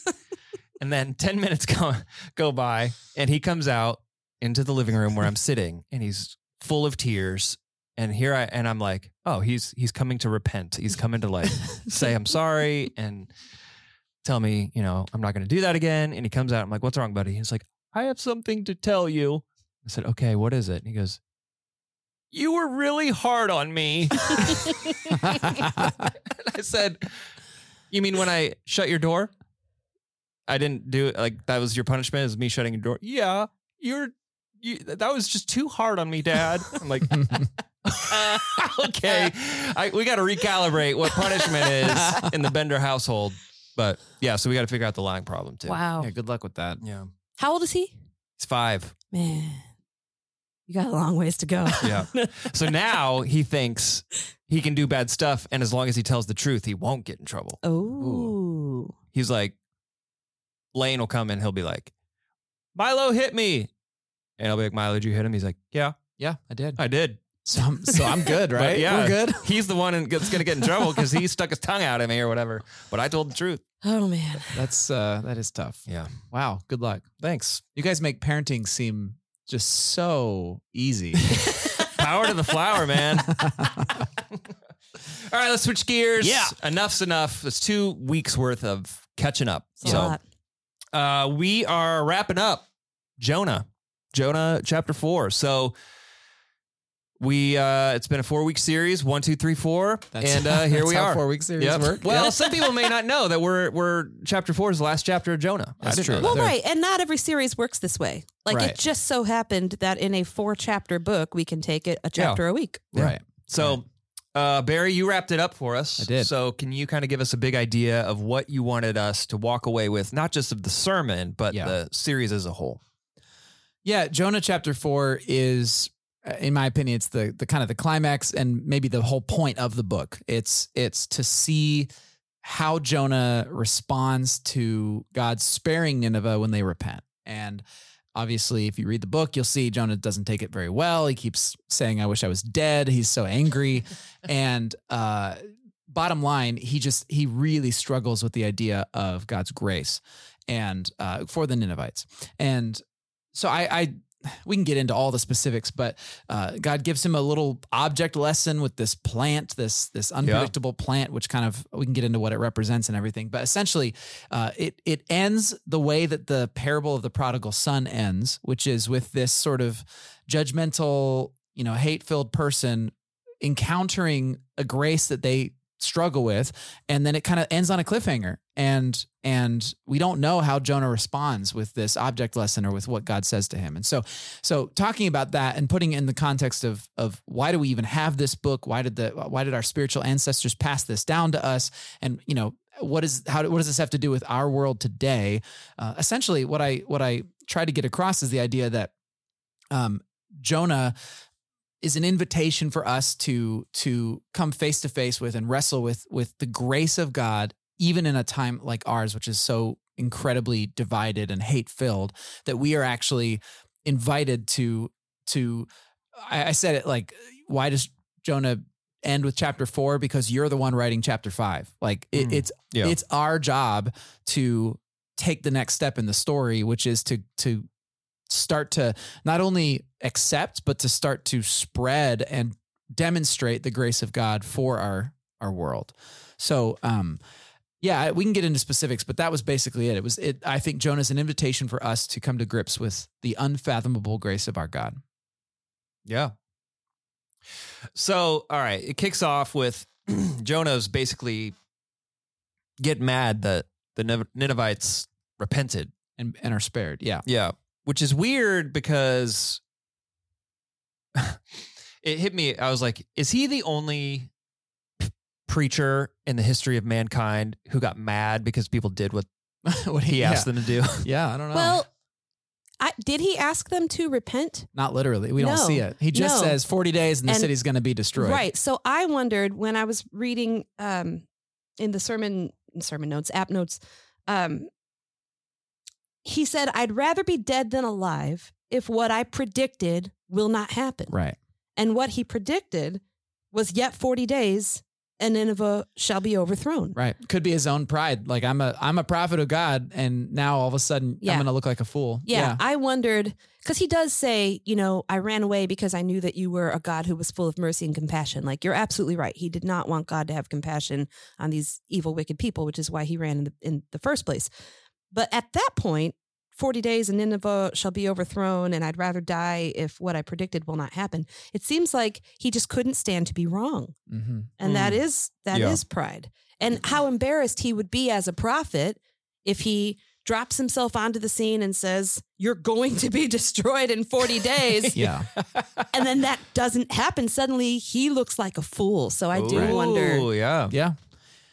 Speaker 1: And then 10 minutes go, go by, and he comes out into the living room where I'm sitting, and he's full of tears. And here I and I'm like, oh, he's he's coming to repent. He's coming to like say I'm sorry and tell me, you know, I'm not going to do that again. And he comes out. I'm like, what's wrong, buddy? He's like, I have something to tell you. I said, okay, what is it? And he goes, you were really hard on me. [LAUGHS] And I said, you mean when I shut your door? I didn't do it. Like that was your punishment is me shutting your door. Yeah. You're, you, that was just too hard on me, dad. I'm like, [LAUGHS] okay, I, we got to recalibrate what punishment is in the Bender household. But yeah, so we got to figure out the lying problem too.
Speaker 3: Wow.
Speaker 2: yeah, good luck with that.
Speaker 1: Yeah.
Speaker 3: How old is he?
Speaker 1: It's five.
Speaker 3: Man, you got a long ways to go. [LAUGHS]
Speaker 1: Yeah. so now he thinks he can do bad stuff. And as long as he tells the truth, he won't get in trouble.
Speaker 3: Oh.
Speaker 1: He's like, Lane will come and he'll be like, Milo hit me. And I'll be like, Milo, did you hit him? He's like, yeah,
Speaker 2: Yeah, I did.
Speaker 1: I did.
Speaker 2: So I'm, so I'm good,
Speaker 1: But
Speaker 2: right?
Speaker 1: yeah.
Speaker 2: We're good.
Speaker 1: He's the one that's going to get in trouble because he stuck his tongue out at me or whatever. But I told the truth.
Speaker 3: Oh man.
Speaker 2: That's uh that is tough.
Speaker 1: Yeah.
Speaker 2: Wow, good luck.
Speaker 1: Thanks.
Speaker 2: You guys make parenting seem just so
Speaker 1: [LAUGHS]
Speaker 2: easy. [LAUGHS]
Speaker 1: Power to the flower, man. All right, let's switch gears.
Speaker 2: Yeah.
Speaker 1: Enough's enough. It's two weeks worth of catching up.
Speaker 3: It's a lot.
Speaker 1: so uh, we are wrapping up Jonah, Jonah chapter four. So we uh it's been a four week series one two three four
Speaker 2: [LAUGHS]
Speaker 1: and uh here
Speaker 2: that's
Speaker 1: we
Speaker 2: how
Speaker 1: are
Speaker 2: Four week series
Speaker 1: Yep.
Speaker 2: work.
Speaker 1: well some people may not know that we're we're chapter four is the last chapter of jonah I
Speaker 2: That's
Speaker 1: didn't
Speaker 2: true.
Speaker 1: know that.
Speaker 3: Well,
Speaker 2: They're-
Speaker 3: right, and not every series works this way. Like
Speaker 2: Right.
Speaker 3: it just so happened that in a four-chapter book, we can take it a chapter a week.
Speaker 1: Yeah.
Speaker 2: right.
Speaker 1: So, uh, Barry, you wrapped it up for us.
Speaker 2: I did.
Speaker 1: So, can you kind of give us a big idea of what you wanted us to walk away with, not just of the sermon, but
Speaker 2: Yeah.
Speaker 1: the series as a whole?
Speaker 2: Yeah, Jonah chapter four is, uh, in my opinion, it's the the kind of the climax and maybe the whole point of the book. It's it's to see how Jonah responds to God sparing Nineveh when they repent. And obviously, if you read the book, you'll see Jonah doesn't take it very well. He keeps saying, "I wish I was dead." He's so angry, and uh, bottom line, he just he really struggles with the idea of God's grace and uh, for the Ninevites. And so I, I we can get into all the specifics, but uh, God gives him a little object lesson with this plant, this this unpredictable plant, which kind of we can get into what it represents and everything. But essentially, uh, it it ends the way that the parable of the prodigal son ends, which is with this sort of judgmental, you know, hate filled person encountering a grace that they struggle with and then it kind of ends on a cliffhanger and and we don't know how Jonah responds with this object lesson or with what God says to him and so so talking about that and putting it in the context of of why do we even have this book why did the why did our spiritual ancestors pass this down to us and you know what is how what does this have to do with our world today uh, essentially what I what I try to get across is the idea that um Jonah is an invitation for us to to come face to face with and wrestle with with the grace of God even in a time like ours which is so incredibly divided and hate filled that we are actually invited to to I, I said it like why does Jonah end with chapter 4 because you're the one writing chapter 5 like it,
Speaker 1: Hmm.
Speaker 2: it's
Speaker 1: Yeah.
Speaker 2: it's our job to take the next step in the story which is to to start to not only accept but to start to spread and demonstrate the grace of God for our our world. So um yeah, we can get into specifics, but that was basically it. It was it I think Jonah's an invitation for us to come to grips with the unfathomable grace of our God.
Speaker 1: Yeah. So, all right, it kicks off with [CLEARS THROAT] Jonah's basically get mad that the Nev- Ninevites repented.
Speaker 2: And and are spared. Yeah.
Speaker 1: Yeah, which is weird because [LAUGHS] it hit me. I was like, is he the only p- preacher in the history of mankind who got mad because people did [LAUGHS] what
Speaker 2: what
Speaker 1: he asked them to do?
Speaker 2: Yeah. yeah, I don't know.
Speaker 3: Well, I, did he ask them to repent?
Speaker 2: not literally. We don't
Speaker 3: no,
Speaker 2: see it. He just
Speaker 3: no.
Speaker 2: says 40 days and the
Speaker 3: And-
Speaker 2: city's going to be destroyed.
Speaker 3: Right. So I wondered when I was reading um, in the sermon sermon notes, app notes, um, he said, "I'd rather be dead than alive if what I predicted will not happen."
Speaker 2: Right.
Speaker 3: And what he predicted was yet forty days, and Nineveh shall be overthrown.
Speaker 2: Right. Could be his own pride. Like I'm a I'm a prophet of God and now all of a sudden
Speaker 3: Yeah.
Speaker 2: I'm going to look like a fool.
Speaker 3: Yeah, I wondered because he does say, you know, I ran away because I knew that you were a God who was full of mercy and compassion. Like you're absolutely right. He did not want God to have compassion on these evil, wicked people, which is why he ran in the in the first place. But at that point, forty days and Nineveh shall be overthrown, and I'd rather die if what I predicted will not happen. It seems like he just couldn't stand to be wrong,
Speaker 2: Mm-hmm.
Speaker 3: and that is that is
Speaker 1: Yeah.
Speaker 3: pride. And how embarrassed he would be as a prophet if he drops himself onto the scene and says, You're going to be [LAUGHS] destroyed
Speaker 2: [LAUGHS]
Speaker 3: in 40 days.
Speaker 2: Yeah.
Speaker 3: and then that doesn't happen. Suddenly he looks like a fool.
Speaker 1: [LAUGHS]
Speaker 3: So I do
Speaker 1: Ooh,
Speaker 3: wonder.
Speaker 1: Yeah.
Speaker 2: Yeah.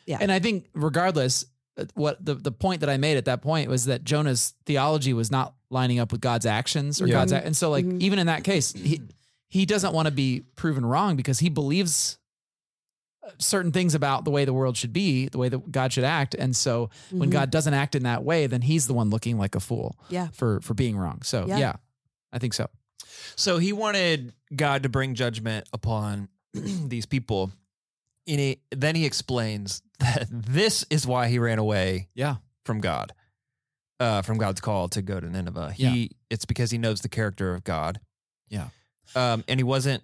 Speaker 3: Yeah.
Speaker 2: And I think regardless, uh, what the, the point that I made at that point was that Jonah's theology was not lining up with God's actions or
Speaker 1: Yeah.
Speaker 2: God's, ac- and so like,
Speaker 3: Mhm.
Speaker 2: even in that case, he, he doesn't want to be proven wrong because he believes uh, certain things about the way the world should be, the way that God should act. And so when
Speaker 3: Mhm.
Speaker 2: God doesn't act in that way, then he's the one looking like a fool
Speaker 3: Yeah.
Speaker 2: for, for being wrong. So
Speaker 3: Yeah.
Speaker 2: yeah, I think so.
Speaker 1: So he wanted God to bring judgment upon [CLEARS THROAT] these people. And he, then he explains [LAUGHS] that this is why he ran away
Speaker 2: Yeah.
Speaker 1: from God, uh, from God's call to go to Nineveh. He it's because he knows the character of God.
Speaker 2: Yeah.
Speaker 1: um, and he wasn't.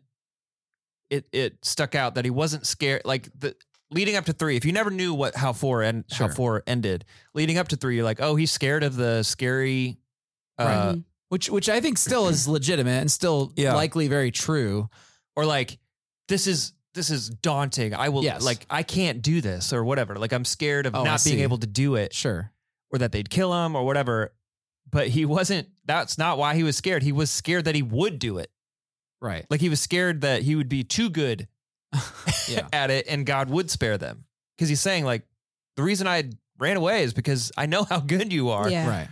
Speaker 1: It it stuck out that he wasn't scared. Like the leading up to three, if you never knew what how four and
Speaker 2: Sure.
Speaker 1: how four ended, leading up to three, you're like, oh, he's scared of the scary. Uh,
Speaker 2: Right. Which, which I think
Speaker 1: [CLEARS THROAT]
Speaker 2: still is legitimate and still
Speaker 1: Yeah.
Speaker 2: likely very true.
Speaker 1: or like this is this is daunting. I will
Speaker 2: Yes.
Speaker 1: like I can't do this or whatever. Like I'm scared of
Speaker 2: Oh, I
Speaker 1: not being
Speaker 2: see.
Speaker 1: able to do it
Speaker 2: Sure.
Speaker 1: or that they'd kill him or whatever. But he wasn't that's not why he was scared. He was scared that he would do it.
Speaker 2: Right.
Speaker 1: Like he was scared that he would be too good
Speaker 2: [LAUGHS] Yeah.
Speaker 1: at it and God would spare them. Cuz he's saying like the reason I ran away is because I know how good you are.
Speaker 3: Yeah.
Speaker 2: Right.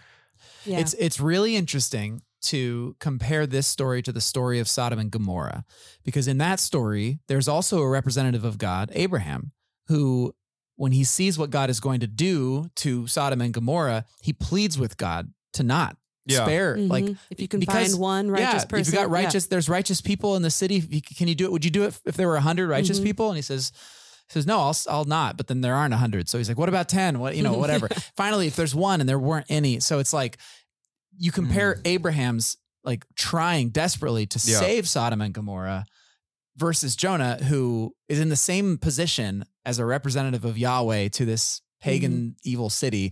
Speaker 3: Yeah.
Speaker 2: It's it's really interesting to compare this story to the story of Sodom and Gomorrah because in that story there's also a representative of God, Abraham, who when he sees what God is going to do to Sodom and Gomorrah, he pleads with God to not
Speaker 1: Yeah.
Speaker 2: spare like
Speaker 3: Mhm. if you can
Speaker 2: because-
Speaker 3: find one righteous
Speaker 2: yeah,
Speaker 3: person.
Speaker 2: if you got
Speaker 3: yeah.
Speaker 2: righteous, there's righteous people in the city. If you- Can you do it? Would you do it if there were hundred righteous
Speaker 3: Mhm.
Speaker 2: people? And he says, he says no, I'll, I'll not. But then there aren't hundred. So he's like, what about ten? What
Speaker 3: [LAUGHS]
Speaker 2: you know, whatever. Finally, if there's one and there weren't any, so it's like you compare
Speaker 3: Mm.
Speaker 2: Abraham's like trying desperately to
Speaker 1: Yeah.
Speaker 2: save Sodom and Gomorrah versus Jonah, who is in the same position as a representative of Yahweh to this
Speaker 3: Mm-hmm.
Speaker 2: pagan evil city.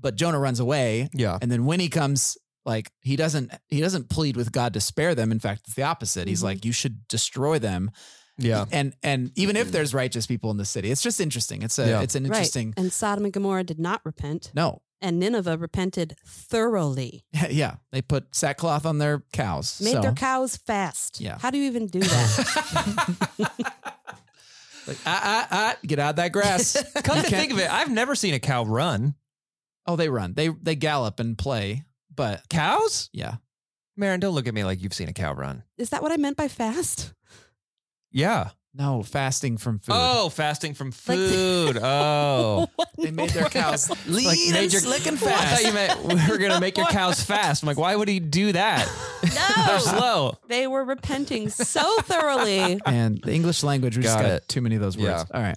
Speaker 2: But Jonah runs away
Speaker 1: Yeah.
Speaker 2: and then when he comes, like he doesn't he doesn't plead with God to spare them. In fact, it's the opposite. He's
Speaker 3: Mhm.
Speaker 2: like, you should destroy them.
Speaker 1: Yeah. [LAUGHS]
Speaker 2: and and even if there's righteous people in the city, it's just interesting. It's a
Speaker 1: Yeah.
Speaker 2: it's an interesting.
Speaker 3: Right. And Sodom and Gomorrah did not repent,
Speaker 2: No, [LAUGHS]
Speaker 3: and Nineveh repented thoroughly.
Speaker 2: yeah, they put sackcloth on their cows.
Speaker 3: Made
Speaker 2: so.
Speaker 3: their cows fast.
Speaker 2: Yeah.
Speaker 3: How do you even
Speaker 2: [LAUGHS]
Speaker 3: do that?
Speaker 2: like, ah, ah, ah, get out of that grass.
Speaker 1: Come
Speaker 2: You
Speaker 1: to
Speaker 2: can't-
Speaker 1: think of it, I've never seen a cow run.
Speaker 2: oh, they run. They they gallop and play. But
Speaker 1: Cows?
Speaker 2: yeah,
Speaker 1: Marin, don't look at me like you've seen a cow run.
Speaker 3: Is that what I meant by fast?
Speaker 1: Yeah.
Speaker 2: no fasting from food.
Speaker 1: Oh, fasting from food.
Speaker 3: [LAUGHS]
Speaker 1: oh.
Speaker 2: They made their cows lean and
Speaker 1: major-
Speaker 2: slick [LAUGHS] and
Speaker 1: I thought
Speaker 2: fast.
Speaker 1: you meant we were gonna make your cows fast. I'm like, why would he do that? They're
Speaker 3: No.
Speaker 1: slow.
Speaker 3: they were repenting so thoroughly.
Speaker 2: And the English language, we just
Speaker 1: Got
Speaker 2: got
Speaker 1: it.
Speaker 2: too many of those words. All right.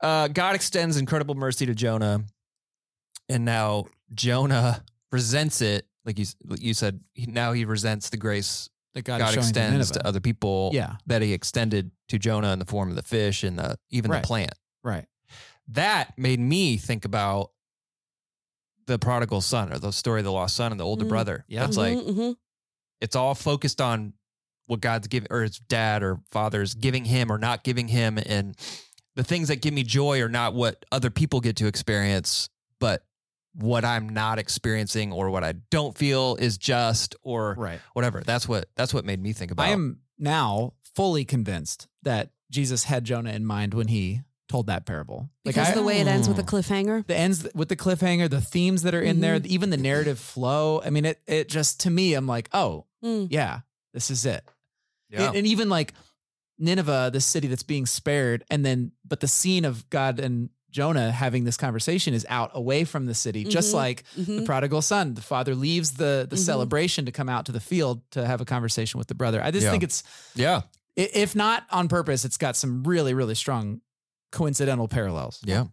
Speaker 1: Uh, God extends incredible mercy to Jonah, and now Jonah resents it. Like you, like you said, he- now he resents the grace
Speaker 2: That
Speaker 1: God,
Speaker 2: is showing to
Speaker 1: extends
Speaker 2: Nineveh.
Speaker 1: to other people
Speaker 2: Yeah.
Speaker 1: that He extended to Jonah in the form of the fish and the even
Speaker 2: Right.
Speaker 1: the plant.
Speaker 2: Right.
Speaker 1: That made me think about the prodigal son or the story of the lost son and the older
Speaker 3: Mm.
Speaker 1: brother.
Speaker 2: Yeah.
Speaker 1: it's like
Speaker 3: Mhm, mhm.
Speaker 1: it's all focused on what God's giving or his dad or father's giving him or not giving him and the things that give me joy are not what other people get to experience but what I'm not experiencing or what I don't feel is just or
Speaker 2: Right.
Speaker 1: whatever that's what that's what made me think about
Speaker 2: I am now fully convinced that Jesus had Jonah in mind when he told that parable.
Speaker 3: Because
Speaker 2: I-
Speaker 3: the way it ends
Speaker 1: Mm.
Speaker 3: with a cliffhanger.
Speaker 2: the ends with the cliffhanger, the themes that are in there,
Speaker 3: Mm-hmm.
Speaker 2: even the narrative flow. I mean, it it just to me, I'm like, oh
Speaker 3: Mm.
Speaker 2: yeah, this is it.
Speaker 1: yeah
Speaker 2: And, and even like Nineveh, the city that's being spared, and then but the scene of God and Jonah having this conversation is out away from the city, just
Speaker 3: Mhm.
Speaker 2: like the
Speaker 3: Mhm.
Speaker 2: prodigal son. The father leaves the the
Speaker 3: Mhm.
Speaker 2: celebration to come out to the field to have a conversation with the brother. I just
Speaker 1: Yeah.
Speaker 2: think it's
Speaker 1: yeah
Speaker 2: i- if not on purpose, it's got some really really strong coincidental parallels.
Speaker 1: yeah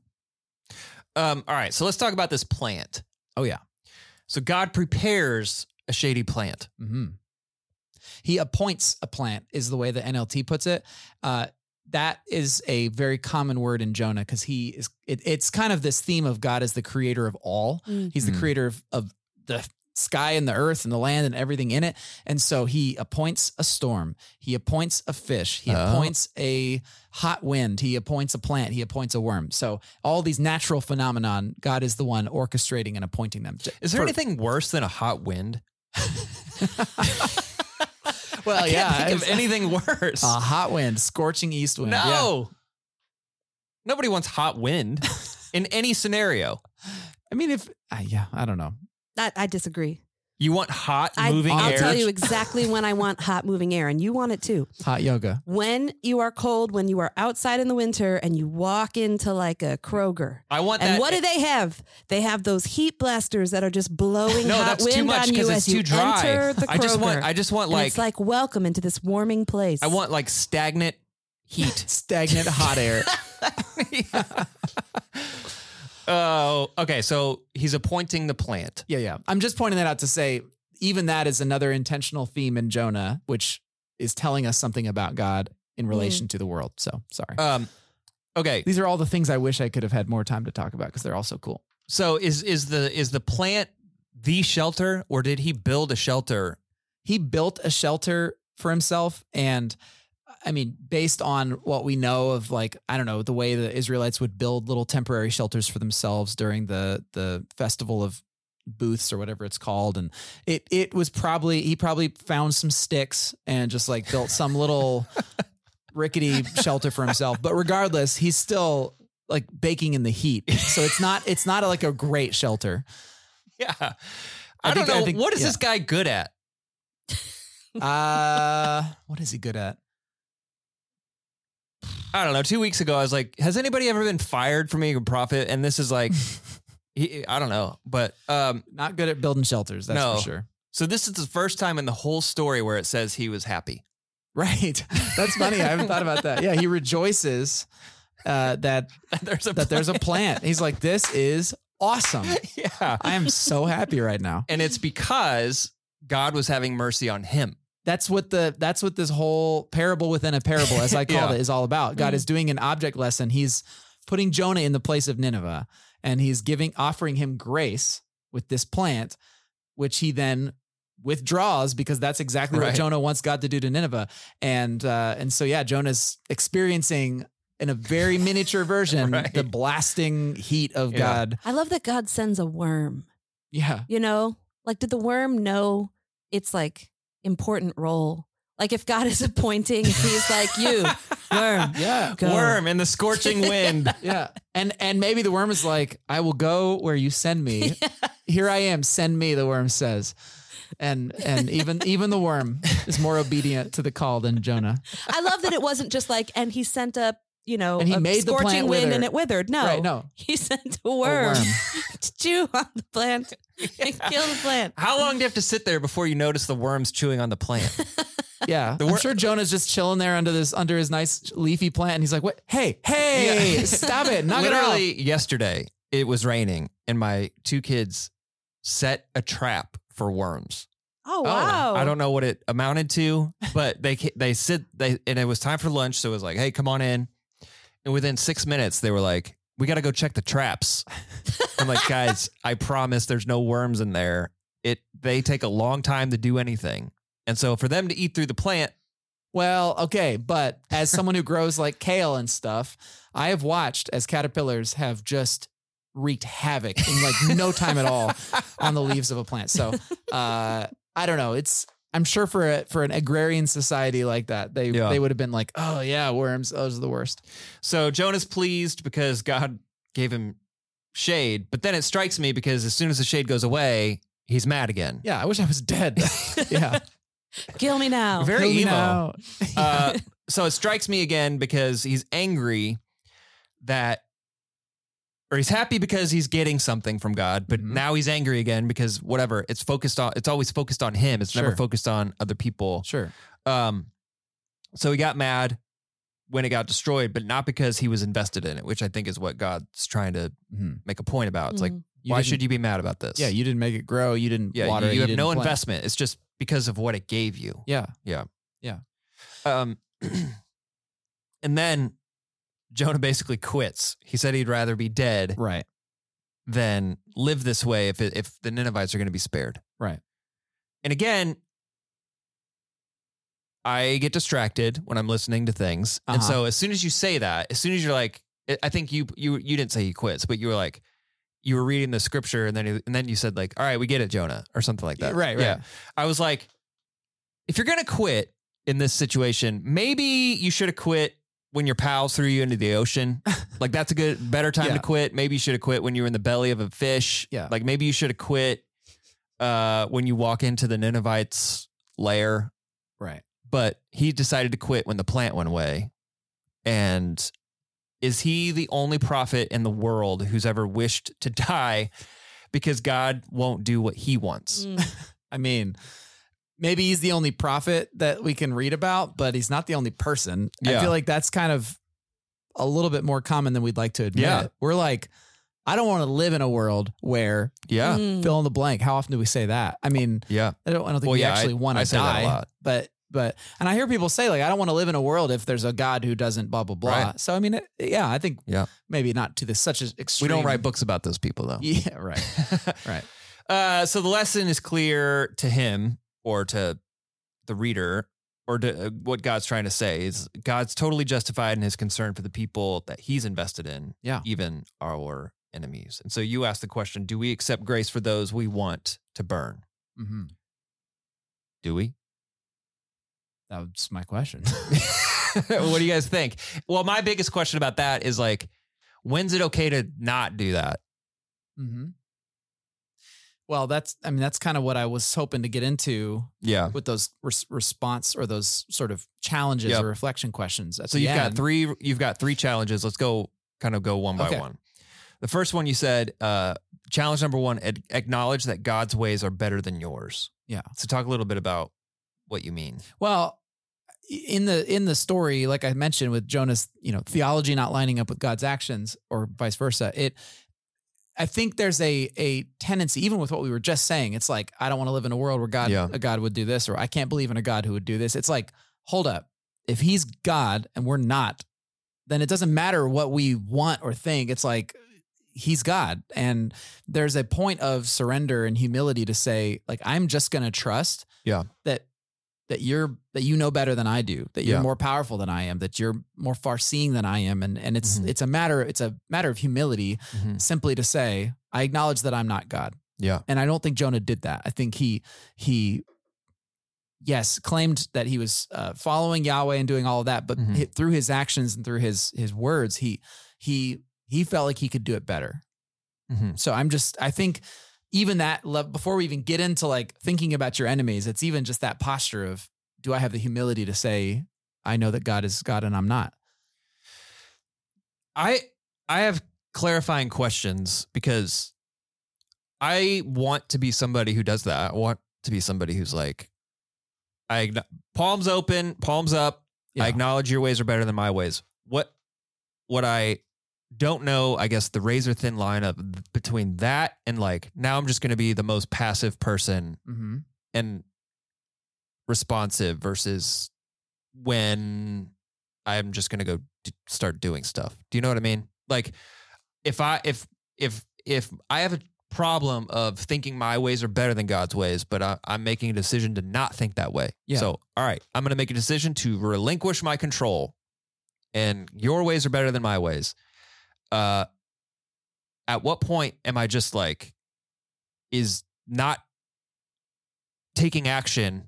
Speaker 1: um all right so let's talk about this plant
Speaker 2: Oh yeah.
Speaker 1: so God prepares a shady plant
Speaker 2: hmm He appoints a plant, is the way the NLT puts it. Uh, that is a very common word in Jonah because he is. It, it's kind of this theme of God as the creator of all.
Speaker 3: Mm.
Speaker 2: He's the
Speaker 1: Mm.
Speaker 2: creator of, of the sky and the earth and the land and everything in it. And so he appoints a storm. He appoints a fish. He
Speaker 1: Oh.
Speaker 2: appoints a hot wind. He appoints a plant. He appoints a worm. So all these natural phenomenon, God is the one orchestrating and appointing them.
Speaker 1: is there
Speaker 2: For-
Speaker 1: anything worse than a hot
Speaker 2: [LAUGHS]
Speaker 1: wind [LAUGHS]
Speaker 2: Well,
Speaker 1: I can't
Speaker 2: yeah,
Speaker 1: think of
Speaker 2: it's- [LAUGHS]
Speaker 1: anything worse
Speaker 2: A hot wind, scorching east wind. Yeah.
Speaker 1: No. Nobody wants hot wind in any scenario.
Speaker 2: I mean, if, uh, yeah, I don't know.
Speaker 3: I, I disagree.
Speaker 1: You want hot
Speaker 3: I,
Speaker 1: moving
Speaker 3: I'll
Speaker 1: air. [LAUGHS]
Speaker 3: tell you exactly when I want hot moving air, and you want it too.
Speaker 2: Hot yoga. [LAUGHS]
Speaker 3: When you are cold, when you are outside in the winter, and you walk into like a Kroger.
Speaker 1: I want
Speaker 3: And
Speaker 1: that. e
Speaker 3: what do they have? They have those heat blasters that are just blowing
Speaker 1: no,
Speaker 3: hot
Speaker 1: that's
Speaker 3: wind
Speaker 1: too much
Speaker 3: on you
Speaker 1: it's
Speaker 3: as
Speaker 1: too
Speaker 3: you
Speaker 1: dry.
Speaker 3: enter the Kroger.
Speaker 1: I just want. I just want
Speaker 3: And
Speaker 1: like,
Speaker 3: it's like welcome into this warming place.
Speaker 1: I want like stagnant
Speaker 2: [LAUGHS]
Speaker 1: heat. [LAUGHS]
Speaker 2: Stagnant hot air.
Speaker 1: Oh, okay. So he's appointing the plant.
Speaker 2: Yeah, yeah. I'm just pointing that out to say, even that is another intentional theme in Jonah, which is telling us something about God in relation to the world. So sorry.
Speaker 1: Um, okay.
Speaker 2: These are all the things I wish I could have had more time to talk about because they're all so cool.
Speaker 1: So is is the is the plant the shelter, or did he build a shelter?
Speaker 2: He built a shelter for himself and I mean, based on what we know of like, I don't know, the way the Israelites would build little temporary shelters for themselves during the the festival of booths or whatever it's called. And it it was probably he probably found some sticks and just like built some little rickety shelter for himself. But regardless, he's still like baking in the heat. So it's not it's not like a great shelter.
Speaker 1: [LAUGHS] Yeah. I,
Speaker 2: I
Speaker 1: don't
Speaker 2: think- I
Speaker 1: know.
Speaker 2: think-
Speaker 1: what is
Speaker 2: yeah.
Speaker 1: this guy good at?
Speaker 2: Uh what is he good at?
Speaker 1: I don't know. Two weeks ago, I was like, "Has anybody ever been fired from being a prophet?" And this is [LAUGHS] like, he, I don't know, but um,
Speaker 2: Not good at building shelters, that's
Speaker 1: No.
Speaker 2: for sure. [LAUGHS]
Speaker 1: so this is the first time in the whole story where it says he was happy. [LAUGHS]
Speaker 2: Right. That's funny. I haven't thought about that. Yeah, he rejoices uh, that
Speaker 1: there's a
Speaker 2: that there's a plant. He's like, "This is awesome.
Speaker 1: [LAUGHS] yeah,
Speaker 2: I am so happy right now."
Speaker 1: and it's because God was having mercy on him.
Speaker 2: That's what the that's what this whole parable within a parable, as
Speaker 1: [LAUGHS]
Speaker 2: I called
Speaker 1: Yeah. Mm-hmm.
Speaker 2: it, is all about. God is doing an object lesson. He's putting Jonah in the place of Nineveh, and he's giving offering him grace with this plant, which he then withdraws because that's exactly what
Speaker 1: Right.
Speaker 2: Jonah wants God to do to Nineveh. And uh, and so yeah, Jonah's experiencing in a very miniature
Speaker 1: [LAUGHS]
Speaker 2: version
Speaker 1: Right.
Speaker 2: the blasting heat of
Speaker 1: Yeah.
Speaker 2: God.
Speaker 3: I love that God sends a worm.
Speaker 2: Yeah.
Speaker 3: You know, like did the worm know its like important role? Like if God [LAUGHS] is appointing, if he's like you, worm,
Speaker 2: [LAUGHS] Yeah.
Speaker 1: [LAUGHS]
Speaker 3: go.
Speaker 1: Worm in the [LAUGHS] scorching wind.
Speaker 2: Yeah. And and maybe the worm is like, I will go where you send me. Here I am, send me, the worm says. And and even even the worm is more obedient to the call than Jonah.
Speaker 3: I love that it wasn't just like, and he sent a you know,
Speaker 2: And he
Speaker 3: a
Speaker 2: made the
Speaker 3: scorching
Speaker 2: plant
Speaker 3: wind
Speaker 2: wither.
Speaker 3: and it withered. No,
Speaker 2: Right, no.
Speaker 3: he [LAUGHS] sent a
Speaker 2: A
Speaker 3: [LAUGHS] worm, to chew on the plant and kill the plant.
Speaker 1: How long do you have to sit there before you notice the worms chewing on the plant?
Speaker 2: Yeah.
Speaker 1: The
Speaker 2: I'm
Speaker 1: wor-
Speaker 2: sure Jonah's just chilling there under this under his nice leafy plant and he's like, What hey, hey,
Speaker 1: Yeah.
Speaker 2: stop it. Knock it
Speaker 1: Literally yesterday, it was raining, and my two kids set a trap for worms.
Speaker 3: Oh
Speaker 2: Oh,
Speaker 3: wow!
Speaker 1: I don't know what it amounted to, but they ca- they sit they and it was time for lunch, so it was like, "Hey, come on in." And within six minutes, they were like, "We got to go check the traps." I'm like,
Speaker 3: [LAUGHS]
Speaker 1: "Guys, I promise, there's no worms in there. It they take a long time to do anything, and so for them to eat through the plant,
Speaker 2: Well, okay, but as someone who grows like kale and stuff, I have watched as caterpillars have just wreaked havoc in like no time at all on the leaves of a plant. So uh, I don't know. It's I'm sure for a, for an agrarian society like that, they
Speaker 1: Yeah.
Speaker 2: they would have been like, oh yeah, worms, those are the worst.
Speaker 1: So Jonah's pleased because God gave him shade, but then it strikes me because as soon as the shade goes away, he's mad
Speaker 2: [LAUGHS]
Speaker 1: again.
Speaker 2: Yeah, I wish I
Speaker 1: [LAUGHS]
Speaker 2: was dead. yeah,
Speaker 3: Kill me now.
Speaker 1: Very
Speaker 2: Kill me
Speaker 1: emo.
Speaker 2: now.
Speaker 1: Uh, so it strikes me again because he's angry that, or he's happy because he's getting something from God, but
Speaker 2: Mhm.
Speaker 1: now he's angry again because whatever it's focused on, it's always focused on him. It's never
Speaker 2: Sure.
Speaker 1: focused on other people.
Speaker 2: Sure.
Speaker 1: Um, so he got mad when it got destroyed, but not because he was invested in it, which I think is what God's trying to
Speaker 2: Mhm.
Speaker 1: make a point about. It's like,
Speaker 2: You
Speaker 1: Why
Speaker 2: didn't-
Speaker 1: should you be mad about this?
Speaker 2: Yeah, you didn't make it grow. You didn't
Speaker 1: yeah,
Speaker 2: water.
Speaker 1: you,
Speaker 2: it,
Speaker 1: you have
Speaker 2: didn't
Speaker 1: no
Speaker 2: plant.
Speaker 1: investment. It's just because of what it gave you.
Speaker 2: Yeah.
Speaker 1: Um, [CLEARS THROAT] and then Jonah basically quits. He said he'd rather be dead
Speaker 2: Right.
Speaker 1: than live this way if it, if the Ninevites are going to be spared.
Speaker 2: Right.
Speaker 1: And again, I get distracted when I'm listening to things, and
Speaker 2: Uh-huh.
Speaker 1: so as soon as you say that, as soon as you're like, I- I think you you you didn't say he quits, but you were like. You were reading the scripture, and then and then you said like, "All right, we get it, Jonah," or something like that.
Speaker 2: Right. Right.
Speaker 1: Yeah. I was like, if you're gonna quit in this situation, maybe you should have quit when your pal threw you into the
Speaker 2: [LAUGHS]
Speaker 1: ocean. like that's a good better time
Speaker 2: Yeah.
Speaker 1: to quit. Maybe you should have quit when you were in the belly of a fish.
Speaker 2: Yeah.
Speaker 1: Like maybe you should have quit uh when you walk into the Ninevites lair.
Speaker 2: Right.
Speaker 1: But he decided to quit when the plant went away. And is he the only prophet in the world who's ever wished to [LAUGHS] die because God won't do what he wants?
Speaker 3: Mm.
Speaker 2: I mean, maybe he's the only prophet that we can read about, but he's not the only person. I
Speaker 1: Yeah.
Speaker 2: feel like that's kind of a little bit more common than we'd like to admit.
Speaker 1: Yeah.
Speaker 2: We're like, I don't want to live in a world where
Speaker 1: Yeah.
Speaker 3: Mm.
Speaker 2: fill in the blank. How often do we say that? I mean,
Speaker 1: Yeah.
Speaker 2: I don't, I don't think
Speaker 1: Well,
Speaker 2: we
Speaker 1: yeah,
Speaker 2: actually
Speaker 1: I-
Speaker 2: want
Speaker 1: I
Speaker 2: to
Speaker 1: say that
Speaker 2: die.
Speaker 1: a lot.
Speaker 2: But but and I hear people say like, I don't want to live in a world if there's a God who doesn't blah blah blah.
Speaker 1: Right.
Speaker 2: So I mean, it, yeah, I think
Speaker 1: Yeah.
Speaker 2: maybe not to this such as extreme.
Speaker 1: We don't write books about those people though.
Speaker 2: [LAUGHS] Yeah, right,
Speaker 1: [LAUGHS]
Speaker 2: right.
Speaker 1: uh, so the lesson is clear to him or to the reader or to uh, what God's trying to say is God's totally justified in his concern for the people that he's invested in,
Speaker 2: Yeah.
Speaker 1: even our enemies. And so you asked the question, do we accept grace for those we want to burn?
Speaker 2: Mm-hmm.
Speaker 1: Do we?
Speaker 2: That was my question.
Speaker 1: [LAUGHS] what do you guys think? Well, my biggest question about that is like, when's it okay to not do that?
Speaker 2: Mm-hmm. Well, that's I mean that's kind of what I was hoping to get into
Speaker 1: Yeah.
Speaker 2: with those res- response or those sort of challenges
Speaker 1: Yep.
Speaker 2: or reflection questions. At
Speaker 1: So
Speaker 2: the
Speaker 1: you've got
Speaker 2: end.
Speaker 1: three. You've got three challenges. Let's go kind of go one by
Speaker 2: Okay.
Speaker 1: one. The first one you said, uh, challenge number one: ad- acknowledge that God's ways are better than yours.
Speaker 2: Yeah.
Speaker 1: So talk a little bit about what you mean.
Speaker 2: Well, in the in the story, like I mentioned with Jonas, you know, theology not lining up with God's actions or vice versa. It I think there's a a tendency, even with what we were just saying, it's like, I don't want to live in a world where God
Speaker 1: Yeah.
Speaker 2: a God would do this, or I can't believe in a God who would do this. It's like, hold up. If he's God and we're not, then it doesn't matter what we want or think. It's like he's God. And there's a point of surrender and humility to say, like, I'm just gonna trust
Speaker 1: Yeah.
Speaker 2: that that you're that you know better than I do, that you're
Speaker 1: Yeah.
Speaker 2: more powerful than I am, that you're more far seeing than I am. And and it's
Speaker 1: Mhm.
Speaker 2: it's a matter it's a matter of humility
Speaker 1: Mhm.
Speaker 2: simply to say, I acknowledge that I'm not God.
Speaker 1: Yeah.
Speaker 2: And I don't think Jonah did that. I think he he yes claimed that he was uh, following Yahweh and doing all of that, but
Speaker 1: Mhm.
Speaker 2: hi- through his actions and through his his words, he he he felt like he could do it better.
Speaker 1: Mhm.
Speaker 2: So I'm just I think even that lev- before we even get into like thinking about your enemies, it's even just that posture of do I have the humility to say I know that God is God and I'm not.
Speaker 1: I I have clarifying questions because I want to be somebody who does that. I want to be somebody who's like, I acknow- palms open, palms up.
Speaker 2: Yeah.
Speaker 1: I acknowledge your ways are better than my ways. What what I don't know, I guess the razor thin line of between that and like now I'm just going to be the most passive person
Speaker 2: Mm-hmm.
Speaker 1: and responsive versus when I'm just going to go d- start doing stuff. Do you know what I mean? Like if I if if if I have a problem of thinking my ways are better than God's ways, but I, I'm making a decision to not think that way.
Speaker 2: Yeah.
Speaker 1: So, all right, I'm going to make a decision to relinquish my control, and your ways are better than my ways. Uh, at what point am I just like, is not taking action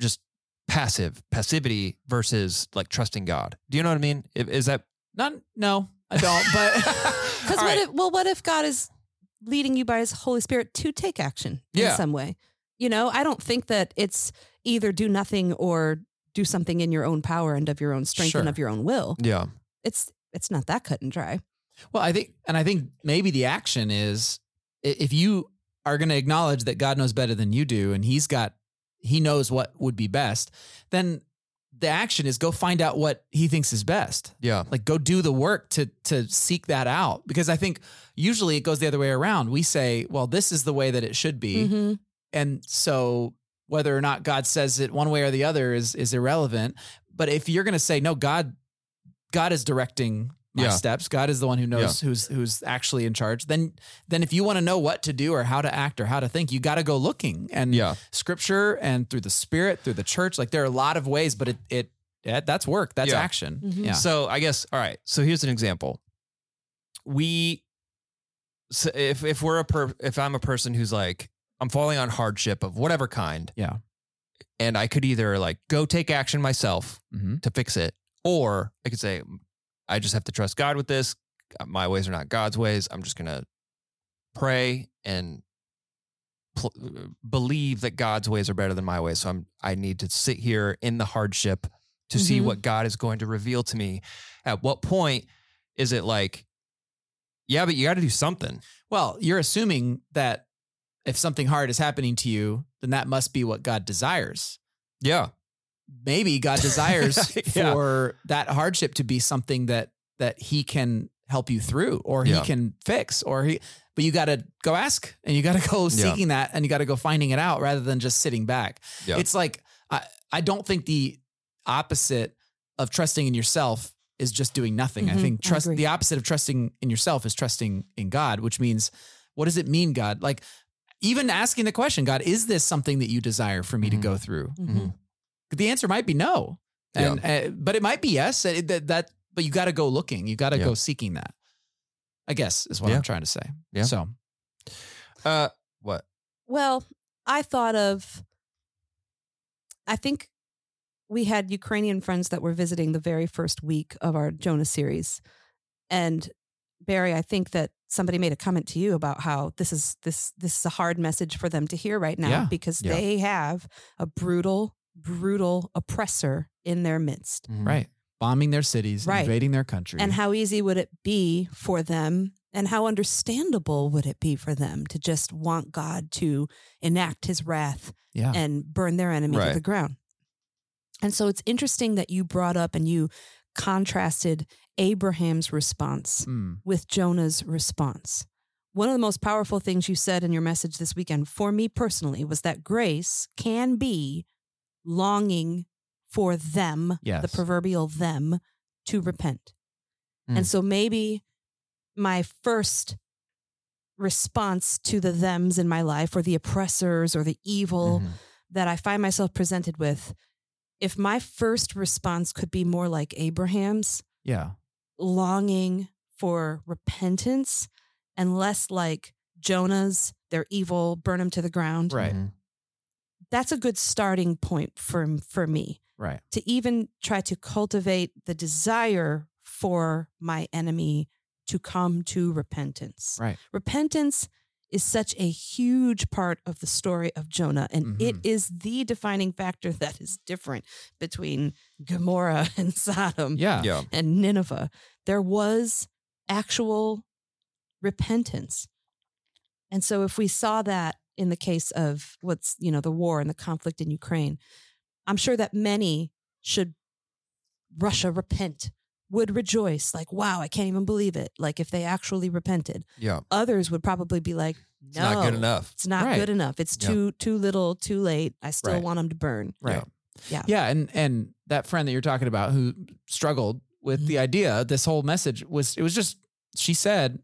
Speaker 1: just passive passivity versus like trusting god do you know what i mean I- is that
Speaker 2: Not no, I don't.
Speaker 1: [LAUGHS]
Speaker 2: But [LAUGHS]
Speaker 3: Because
Speaker 1: All
Speaker 3: what
Speaker 1: right.
Speaker 3: if, well, what if God is leading you by his Holy Spirit to take action
Speaker 1: Yeah.
Speaker 3: in some way? You know, I don't think that it's either do nothing or do something in your own power and of your own strength and
Speaker 2: Sure.
Speaker 3: of your own will.
Speaker 1: yeah
Speaker 3: It's it's not that cut and dry.
Speaker 2: Well, I think, and I think maybe the action is i- if you are going to acknowledge that God knows better than you do, and He's got, He knows what would be best, then the action is go find out what He thinks is best.
Speaker 1: yeah
Speaker 2: Like go do the work to to seek that out, because I think usually it goes the other way around. We say, well, this is the way that it should be,
Speaker 3: Mm-hmm.
Speaker 2: and so whether or not God says it one way or the other is is irrelevant. But if you're going to say no, God, God is directing my
Speaker 1: Yeah.
Speaker 2: steps. God is the one who knows who's who's actually in charge. Then then if you want to know what to do or how to act or how to think, you got to go looking and
Speaker 1: yeah
Speaker 2: Scripture and through the Spirit, through the church. Like there are a lot of ways, but it it, it that's work. That's
Speaker 1: Yeah.
Speaker 2: action.
Speaker 3: Mhm.
Speaker 2: Yeah.
Speaker 1: so i guess all right so here's an example we so if if we're a per if i'm a person who's like i'm falling on hardship of whatever kind
Speaker 2: Yeah.
Speaker 1: and i could either like go take action myself
Speaker 2: hmm
Speaker 1: to fix it. Or I could say, I just have to trust God with this. Uh, My ways are not God's ways. I'm just going to pray and pl- uh, believe that God's ways are better than my ways. So I'm, I need to sit here in the hardship to see
Speaker 2: Mm-hmm.
Speaker 3: Mhm.
Speaker 1: what God is going to reveal to me. At what point is it like, yeah, but you got to do something.
Speaker 2: Well, you're assuming that if something hard is happening to you, then that must be what God desires.
Speaker 1: Yeah.
Speaker 2: maybe God desires
Speaker 1: [LAUGHS] Yeah.
Speaker 2: for that hardship to be something that that he can help you through or
Speaker 1: Yeah.
Speaker 2: he can fix or he but you got to go ask and you got to [LAUGHS] go
Speaker 1: Yeah.
Speaker 2: seeking that and you got to go finding it out rather than just sitting back.
Speaker 1: Yeah.
Speaker 2: It's like I I don't think the opposite of trusting in yourself is just doing nothing. I
Speaker 3: Mhm.
Speaker 2: think
Speaker 3: I
Speaker 2: trust
Speaker 3: agree.
Speaker 2: the opposite of trusting in yourself is trusting in God, which means what does it mean God? Like even asking the question, God, is this something that you desire for me
Speaker 1: Mhm.
Speaker 2: to go through?
Speaker 3: Mm-hmm.
Speaker 2: the answer might be no and uh, but it might be yes It- that, that but you got to go looking you got to
Speaker 1: Yeah.
Speaker 2: go seeking that i guess is what
Speaker 1: Yeah.
Speaker 2: i'm trying to say
Speaker 1: Yeah.
Speaker 2: so
Speaker 1: Uh, what?
Speaker 3: Well, I thought of, I think we had Ukrainian friends that were visiting the very first week of our Jonah series. And Barry, I think that somebody made a comment to you about how this is this this is a hard message for them to hear right now
Speaker 2: Yeah.
Speaker 3: because
Speaker 1: Yeah.
Speaker 3: they have a brutal, brutal oppressor in their midst.
Speaker 1: Mm-hmm.
Speaker 2: right bombing their cities
Speaker 3: Right.
Speaker 2: invading their country
Speaker 3: And how easy would it be for them? And how understandable would it be for them to just want God to enact his wrath
Speaker 2: yeah
Speaker 3: and burn their enemy
Speaker 1: Right.
Speaker 3: to the ground. And so it's interesting that you brought up and you contrasted Abraham's response
Speaker 2: Mm.
Speaker 3: with Jonah's response. One of the most powerful things you said in your message this weekend for me personally was that grace can be longing for them,
Speaker 2: Yes.
Speaker 3: the proverbial them, to repent.
Speaker 1: Mm.
Speaker 3: And so maybe my first response to the thems in my life or the oppressors or the evil
Speaker 2: Mm-hmm.
Speaker 1: Mhm.
Speaker 3: that I find myself presented with, if my first response could be more like Abraham's,
Speaker 2: Yeah.
Speaker 3: longing for repentance and less like Jonah's, they're evil, burn them to the ground.
Speaker 2: Right.
Speaker 1: Mhm.
Speaker 3: That's a good starting point for, for me
Speaker 2: Right.
Speaker 3: to even try to cultivate the desire for my enemy to come to repentance.
Speaker 2: Right.
Speaker 3: Repentance is such a huge part of the story of Jonah, and it is the defining factor that is different between Gomorrah [LAUGHS] and Sodom
Speaker 2: Yeah.
Speaker 1: Yeah.
Speaker 3: and Nineveh. There was actual repentance. And so if we saw that in the case of what's, you know, the war and the conflict in Ukraine, I'm sure that many should Russia repent, would rejoice, like, wow, I can't even believe it. Like if they actually repented.
Speaker 1: Yeah.
Speaker 3: Others would probably be like, no.
Speaker 1: It's not good enough.
Speaker 3: It's not
Speaker 2: Right.
Speaker 3: good enough. It's
Speaker 1: Yeah.
Speaker 3: too too little, too late. I still
Speaker 2: Right.
Speaker 3: want them to burn.
Speaker 2: Right.
Speaker 3: Yeah.
Speaker 2: Yeah. And and that friend that you're talking about who struggled
Speaker 3: Mm-hmm.
Speaker 2: with the idea, this whole message was it was just she said,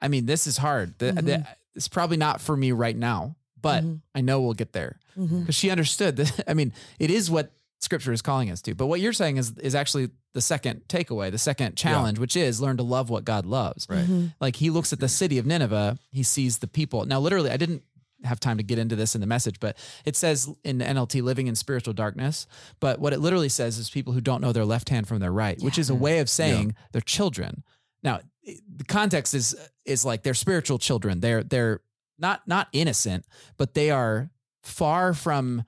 Speaker 2: I mean, this is hard. Th-
Speaker 3: Mhm.
Speaker 2: th- it's probably not for me right now, but
Speaker 3: Mhm.
Speaker 2: I know we'll get there.
Speaker 3: Mhm.
Speaker 2: because she understood that. [LAUGHS] I mean, it is what Scripture is calling us to. But what you're saying is is actually the second takeaway, the second challenge, which is learn to love what God loves.
Speaker 1: Right.
Speaker 3: Mhm.
Speaker 2: Like he looks at the city of Nineveh, he sees the people. Now, literally, I didn't have time to get into this in the message, but it says in the NLT, living in spiritual darkness. But what it literally says is people who don't know their left hand from their right, which
Speaker 3: Yeah.
Speaker 2: is a way of saying they're children. Now, it- the context is is like they're spiritual children. They're they're not not innocent, but they are far from.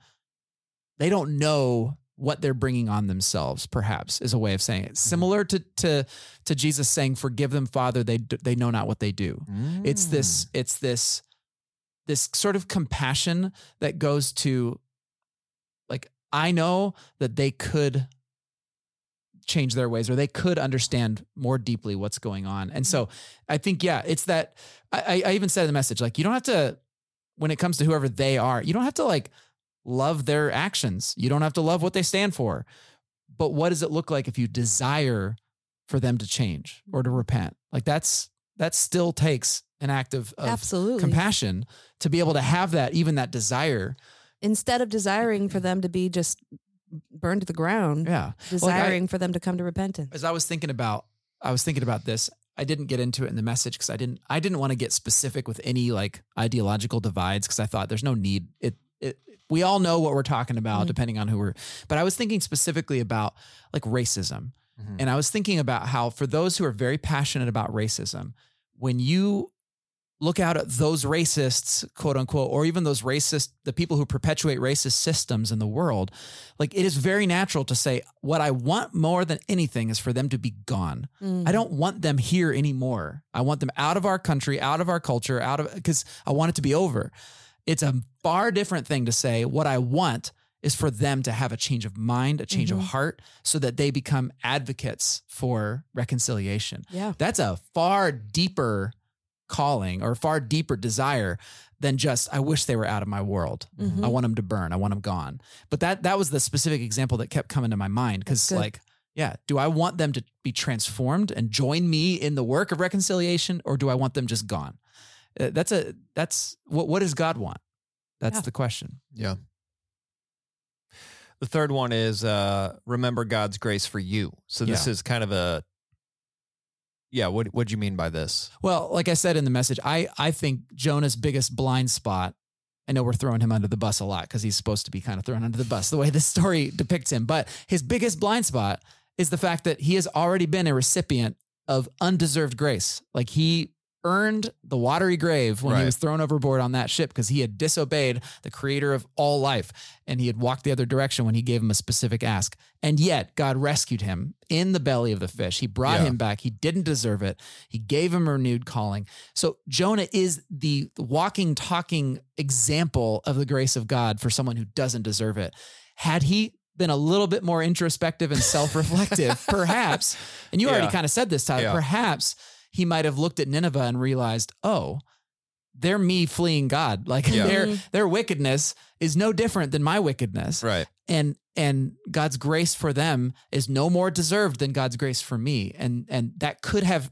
Speaker 2: They don't know what they're bringing on themselves. Perhaps is a way of saying
Speaker 3: Mm-hmm.
Speaker 2: it. Similar to to to Jesus saying, "Forgive them, Father. They d- they know not what they do." Mm-hmm. It's this it's this this sort of compassion that goes to like I know that they could change their ways or they could understand more deeply what's going on. And so I think yeah, it's that I, I I even said in the message like you don't have to when it comes to whoever they are, you don't have to like love their actions. You don't have to love what they stand for. But what does it look like if you desire for them to change or to repent? Like that's that still takes an act of, of
Speaker 3: Absolutely.
Speaker 2: compassion to be able to have that, even that desire.
Speaker 3: instead of desiring for them to be just burned to the ground,
Speaker 2: Yeah. Like, I-
Speaker 3: desiring for them to come to repentance.
Speaker 2: as I was thinking about I was thinking about this. I didn't get into it in the message because I didn't I didn't want to get specific with any like ideological divides because I thought there's no need. It, it we all know what we're talking about
Speaker 3: Mhm.
Speaker 2: depending on who we're. But I was thinking specifically about like racism,
Speaker 1: Mhm.
Speaker 2: and I was thinking about how for those who are very passionate about racism, when you look out at those racists, quote unquote, or even those racist the people who perpetuate racist systems in the world, like it is very natural to say what I want more than anything is for them to be gone.
Speaker 3: Mm.
Speaker 2: I don't want them here anymore. I want them out of our country, out of our culture, out of cuz I want it to be over. It's a far different thing to say what I want is for them to have a change of mind, a change
Speaker 3: Mhm.
Speaker 2: of heart so that they become advocates for reconciliation.
Speaker 3: Yeah.
Speaker 2: That's a far deeper calling or far deeper desire than just I wish they were out of my world.
Speaker 3: Mhm.
Speaker 2: I want them to burn. I want them gone. But that that was the specific example that kept coming to my mind because
Speaker 3: good.
Speaker 2: like, yeah, do I want them to be transformed and join me in the work of reconciliation, or do I want them just gone? Uh, that's a that's what what does God want? That's
Speaker 3: Yeah.
Speaker 2: the question.
Speaker 1: Yeah. The third one is uh, remember God's grace for you. So this is kind of a yeah. What what do you mean by this?
Speaker 2: Well, like I said in the message, I I think Jonah's biggest blind spot. I know we're throwing him under the bus a lot because he's supposed to be kind of thrown under the bus the way this story depicts him. But his biggest blind spot is the fact that he has already been a recipient of undeserved grace. Like he earned the watery grave when
Speaker 1: Right.
Speaker 2: he was thrown overboard on that ship because he had disobeyed the creator of all life and he had walked the other direction when he gave him a specific ask. And yet God rescued him in the belly of the fish. He brought
Speaker 1: Yeah.
Speaker 2: him back. He didn't deserve it. He gave him a renewed calling. So Jonah is the walking, talking example of the grace of God for someone who doesn't deserve it. Had he been a little bit more introspective and self
Speaker 1: [LAUGHS]
Speaker 2: reflective, perhaps, and you
Speaker 1: Yeah.
Speaker 2: already kind of said this, Tyler,
Speaker 1: Yeah.
Speaker 2: perhaps he might have looked at Nineveh and realized, oh, they're me fleeing God. Like
Speaker 1: Yeah.
Speaker 3: Mm-hmm.
Speaker 2: their their wickedness is no different than my wickedness
Speaker 1: Right.
Speaker 2: and and God's grace for them is no more deserved than God's grace for me and and that could have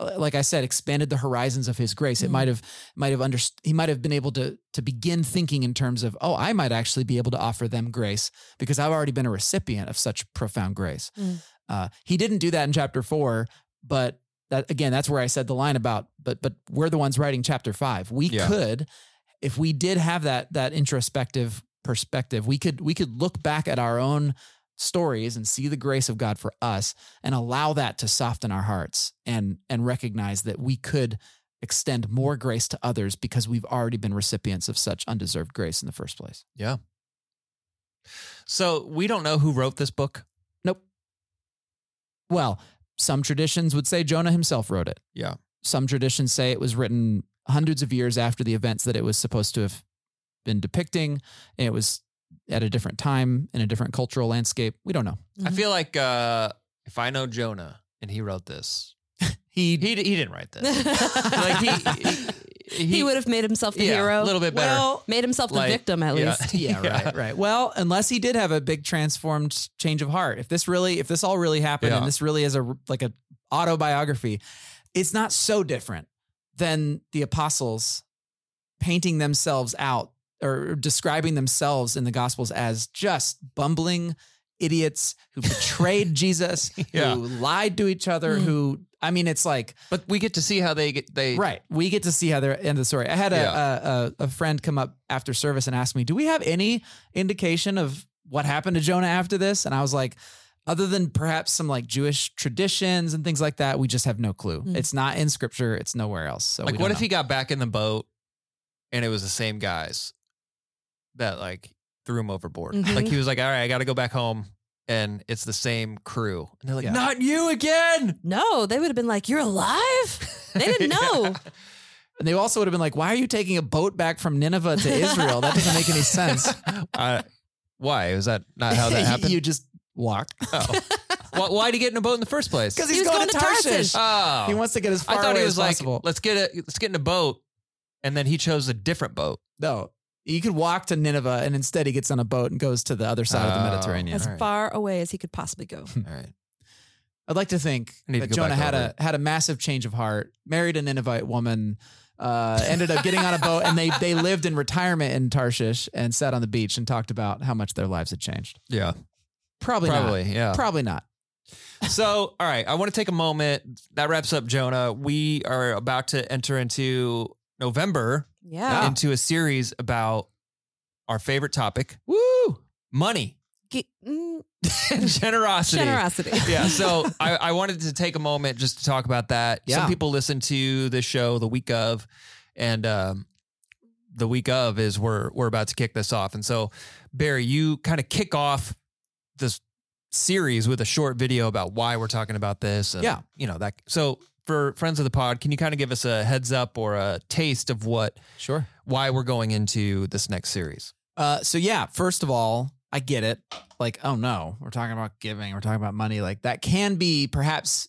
Speaker 2: uh, like I said, expanded the horizons of his grace. It
Speaker 3: Mhm.
Speaker 2: might have might have under he might have been able to to begin thinking in terms of, oh, I might actually be able to offer them grace because I've already been a recipient of such profound grace.
Speaker 3: Mm.
Speaker 2: Uh, he didn't do that in chapter four, but that again, that's where I said the line about, but but we're the ones writing chapter five. We
Speaker 1: Yeah.
Speaker 2: could, if we did have that that introspective perspective, we could we could look back at our own stories and see the grace of God for us and allow that to soften our hearts and and recognize that we could extend more grace to others because we've already been recipients of such undeserved grace in the first place.
Speaker 1: So we don't know who wrote this book.
Speaker 2: Well, some traditions would say Jonah himself wrote it.
Speaker 1: Yeah.
Speaker 2: Some traditions say it was written hundreds of years after the events that it was supposed to have been depicting and it was at a different time in a different cultural landscape. We don't know.
Speaker 1: I
Speaker 3: Mhm.
Speaker 1: feel like uh, if I know Jonah and he wrote [LAUGHS] this,
Speaker 2: He
Speaker 1: he he didn't write
Speaker 3: [LAUGHS]
Speaker 1: this. [LAUGHS] like he, he,
Speaker 3: he would have made himself the
Speaker 1: Yeah, a
Speaker 3: hero.
Speaker 1: little bit better.
Speaker 3: Well, made himself the
Speaker 1: Like,
Speaker 3: victim at
Speaker 1: yeah.
Speaker 2: [LAUGHS]
Speaker 3: least.
Speaker 2: yeah,
Speaker 1: Yeah.
Speaker 2: right, right. Well, unless he did have a big transformed change of heart. If this really, if this all really happened,
Speaker 1: Yeah.
Speaker 2: and this really is a like a autobiography, it's not so different than the apostles painting themselves out or describing themselves in the gospels as just bumbling idiots
Speaker 1: [LAUGHS]
Speaker 2: who betrayed Jesus,
Speaker 1: Yeah. Hmm.
Speaker 2: who lied to each other,
Speaker 3: Mm.
Speaker 2: who I mean, it's like
Speaker 1: But we get to see how they get they
Speaker 2: Right. We get to see how they're end of the story. I had a,
Speaker 1: Yeah.
Speaker 2: a, a, a friend come up after service and ask me, do we have any indication of what happened to Jonah after this? And I was like, other than perhaps some like Jewish traditions and things like that, we just have no clue.
Speaker 3: Mm.
Speaker 2: It's not in scripture. It's nowhere else. So
Speaker 1: Like
Speaker 2: we
Speaker 1: what
Speaker 2: don't
Speaker 1: if he got back in the boat and it was the same guys that like threw him overboard?
Speaker 3: Mhm.
Speaker 2: Mm-hmm.
Speaker 1: Like he was like, All right, I gotta go back home and it's the same crew. And they're like,
Speaker 2: Yeah.
Speaker 1: Not you again.
Speaker 3: No, they would have been like, "You're alive." They
Speaker 1: [LAUGHS]
Speaker 3: didn't know.
Speaker 2: know. and they also would have been like, why are you taking a boat back from Nineveh to Israel? That doesn't make any
Speaker 1: [LAUGHS]
Speaker 2: sense.
Speaker 1: Uh, why? Is that not how that happened?
Speaker 2: [LAUGHS] you just walk
Speaker 1: [LAUGHS] oh. Why why'd he get in a boat in the first place?
Speaker 2: because
Speaker 3: He
Speaker 2: he's
Speaker 3: was
Speaker 2: going, to Tarshish.
Speaker 1: oh.
Speaker 2: He wants to get as far
Speaker 1: I thought
Speaker 2: away
Speaker 1: he was
Speaker 2: as
Speaker 1: like,
Speaker 2: possible.
Speaker 1: let's get a let's get in a boat. And then he chose a different boat.
Speaker 2: No, you could walk to Nineveh, and instead he gets on a boat and goes to the other side of the
Speaker 1: Oh.
Speaker 2: Mediterranean.
Speaker 3: as
Speaker 1: All right.
Speaker 3: far away as he could possibly go.
Speaker 1: All right.
Speaker 2: I'd like to think
Speaker 1: I need to
Speaker 2: that
Speaker 1: go
Speaker 2: Jonah
Speaker 1: back
Speaker 2: had
Speaker 1: over
Speaker 2: a had a massive change of heart, married a Ninevite woman, uh, ended up getting on a boat, and they they lived in retirement in Tarshish and sat on the beach and talked about how much their lives had changed.
Speaker 1: Yeah.
Speaker 2: Probably,
Speaker 1: Probably.
Speaker 2: not.
Speaker 1: Yeah.
Speaker 2: Probably not.
Speaker 1: So, all right, I want to take a moment. That wraps up Jonah. We are about to enter into November
Speaker 3: Yeah.
Speaker 1: into a series about our favorite topic,
Speaker 2: Woo!
Speaker 1: money
Speaker 3: Ge- mm,
Speaker 1: and generosity.
Speaker 3: generosity.
Speaker 1: Yeah, so I, I wanted to take a moment just to talk about that.
Speaker 2: Yeah.
Speaker 1: Some people listen to the show the week of, and um, the week of is we're we're about to kick this off. And so, Barry, you kind of kick off this series with a short video about why we're talking about this. And,
Speaker 2: Yeah.
Speaker 1: you know that. So for friends of the pod, can you kind of give us a heads up or a taste of what
Speaker 2: Sure.
Speaker 1: why we're going into this next series?
Speaker 2: Uh, so yeah, first of all, I get it. Like, oh no, we're talking about giving, we're talking about money. Like that can be perhaps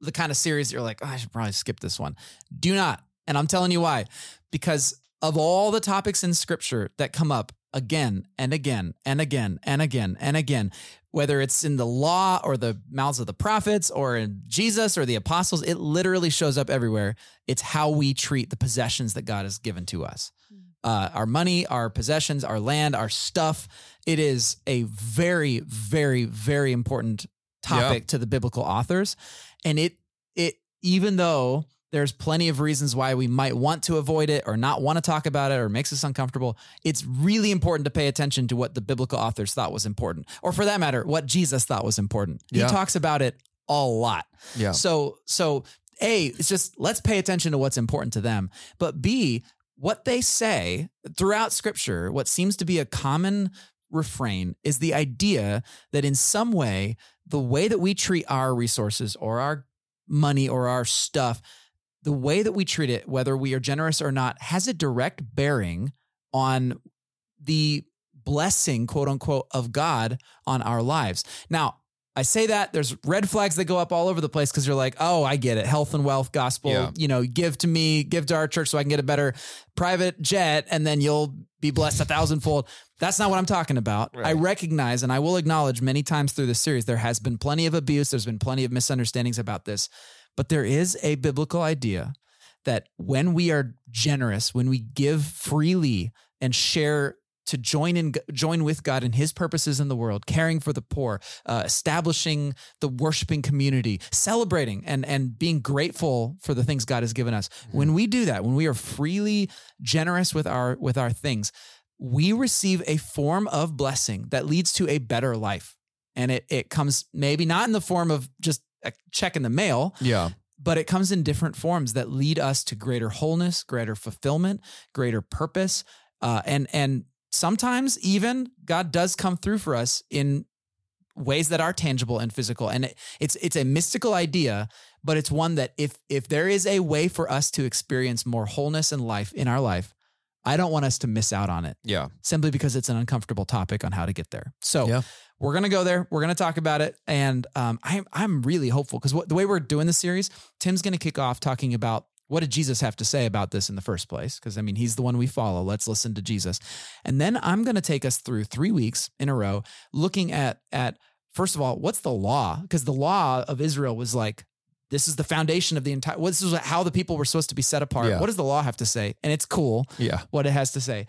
Speaker 2: the kind of series that you're like, oh, I should probably skip this one. Do not. And I'm telling you why. Because of all the topics in scripture that come up again and again and again and again and again, whether it's in the law or the mouths of the prophets or in Jesus or the apostles, it literally shows up everywhere. It's how we treat the possessions that God has given to us uh, our money, our possessions, our land, our stuff. It is a very, very, very important topic to the biblical authors, and it it even though there's plenty of reasons why we might want to avoid it or not want to talk about it or makes us uncomfortable it's really important to pay attention to what the biblical authors thought was important or for that matter what jesus thought was important
Speaker 1: Yeah.
Speaker 2: he talks about it a lot
Speaker 1: Yeah.
Speaker 2: so so A, it's just let's pay attention to what's important to them. But B, what they say throughout scripture, what seems to be a common refrain is the idea that in some way, the way that we treat our resources or our money or our stuff, the way that we treat it, whether we are generous or not, has a direct bearing on the blessing, quote unquote, of God on our lives. Now, I say that there's red flags that go up all over the place because you're like, oh, I get it. Health and wealth gospel,
Speaker 1: Yeah.
Speaker 2: you know, give to me, give to our church so I can get a better private jet and then you'll be blessed a thousandfold. That's not what I'm talking about. I
Speaker 1: Right.
Speaker 2: recognize and I will acknowledge many times through this series, there has been plenty of abuse, there's been plenty of misunderstandings about this, but there is a biblical idea that when we are generous, when we give freely and share to join in join with God in His purposes in the world, caring for the poor, uh, establishing the worshiping community, celebrating and and being grateful for the things God has given us. When we do that, when we are freely generous with our with our things, we receive a form of blessing that leads to a better life, and it it comes maybe not in the form of just a check in the mail,
Speaker 1: Yeah.
Speaker 2: but it comes in different forms that lead us to greater wholeness, greater fulfillment, greater purpose, uh, and and sometimes even God does come through for us in ways that are tangible and physical. And it, it's it's a mystical idea, but it's one that if if there is a way for us to experience more wholeness and life in our life, I don't want us to miss out on it
Speaker 1: Yeah.
Speaker 2: simply because it's an uncomfortable topic on how to get there. So
Speaker 1: Yeah.
Speaker 2: we're gonna go there. We're gonna talk about it, and um, I'm I'm really hopeful because the way we're doing the series, Tim's gonna kick off talking about what did Jesus have to say about this in the first place? Because I mean, he's the one we follow. Let's listen to Jesus, and then I'm gonna take us through three weeks in a row looking at at first of all what's the law because the law of Israel was like. This is the foundation of the entire. Well, this is how the people were supposed to be set apart.
Speaker 1: Yeah.
Speaker 2: What does the law have to say? And it's cool
Speaker 1: Yeah.
Speaker 2: what it has to say.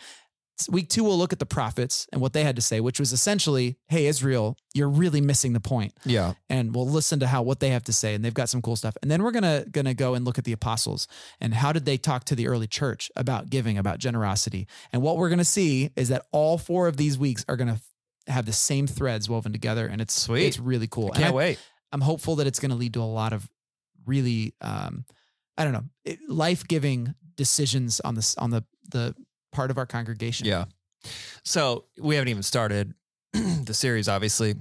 Speaker 2: Week two, we'll look at the prophets and what they had to say, which was essentially, hey, Israel, you're really missing the point.
Speaker 1: Yeah.
Speaker 2: And we'll listen to how what they have to say. And they've got some cool stuff. And then we're gonna gonna go and look at the apostles and how did they talk to the early church about giving, about generosity. And what we're gonna see is that all four of these weeks are gonna have the same threads woven together. And it's
Speaker 1: Sweet.
Speaker 2: It's really cool. And
Speaker 1: Can't
Speaker 2: I-
Speaker 1: wait.
Speaker 2: I'm hopeful that it's going to lead to a lot of really, um, I don't know, life giving decisions on this on the the part of our congregation.
Speaker 1: Yeah. So we haven't even started [CLEARS THROAT] the series, obviously,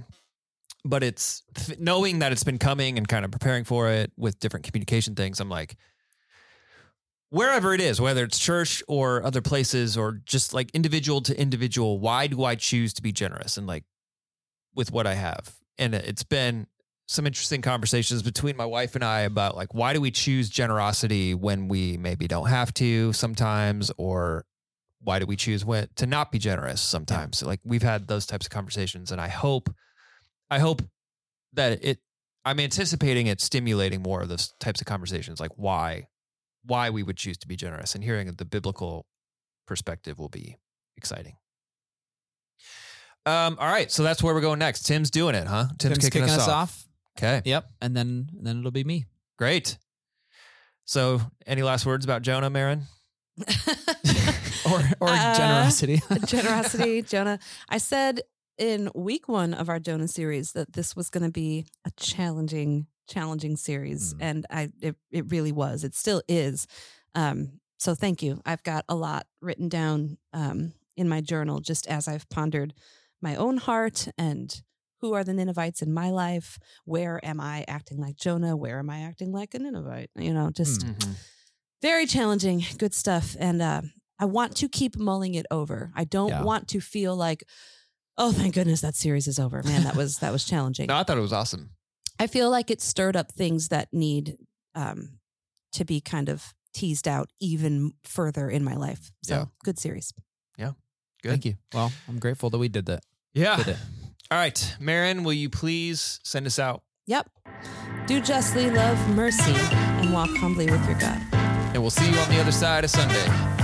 Speaker 1: but it's th- knowing that it's been coming and kind of preparing for it with different communication things. I'm like, wherever it is, whether it's church or other places or just like individual to individual, why do I choose to be generous and like with what I have? And it's been some interesting conversations between my wife and I about like why do we choose generosity when we maybe don't have to sometimes or why do we choose when to not be generous sometimes like we've had those types of conversations and i hope i hope that it i'm anticipating it stimulating more of those types of conversations like why why we would choose to be generous and hearing the biblical perspective will be exciting um all right so that's where we're going next tim's doing it huh tim's, kicking, us, off. okay
Speaker 2: Yep. And then and then it'll be [LAUGHS] me.
Speaker 1: great so any last words about jonah marin
Speaker 2: Or or
Speaker 3: Uh,
Speaker 2: generosity.
Speaker 3: [LAUGHS]
Speaker 2: [LAUGHS]
Speaker 3: generosity, Jonah. I said in week one of our Jonah series that this was going to be a challenging, challenging series,
Speaker 1: Mm.
Speaker 3: and I it, it really was. It still is. Um, so thank you. I've got a lot written down um, in my journal just as I've pondered my own heart and who are the Ninevites in my life. Where am I acting like Jonah? Where am I acting like a Ninevite? You know, just
Speaker 1: Mm-hmm.
Speaker 3: very challenging good stuff and uh, i want to keep mulling it over i don't
Speaker 2: Yeah.
Speaker 3: want to feel like oh thank goodness that series is over man that was that was challenging
Speaker 1: no i thought it was awesome
Speaker 3: i feel like it stirred up things that need um, to be kind of teased out even further in my life so
Speaker 1: Yeah.
Speaker 3: good series
Speaker 1: good
Speaker 2: Thank you. Well, I'm grateful that we did that.
Speaker 1: Yeah.
Speaker 2: Did it.
Speaker 1: All right. Marin, will you please send us out?
Speaker 3: yep do justly love mercy and walk humbly with your god
Speaker 1: And we'll see you on the other side of Sunday.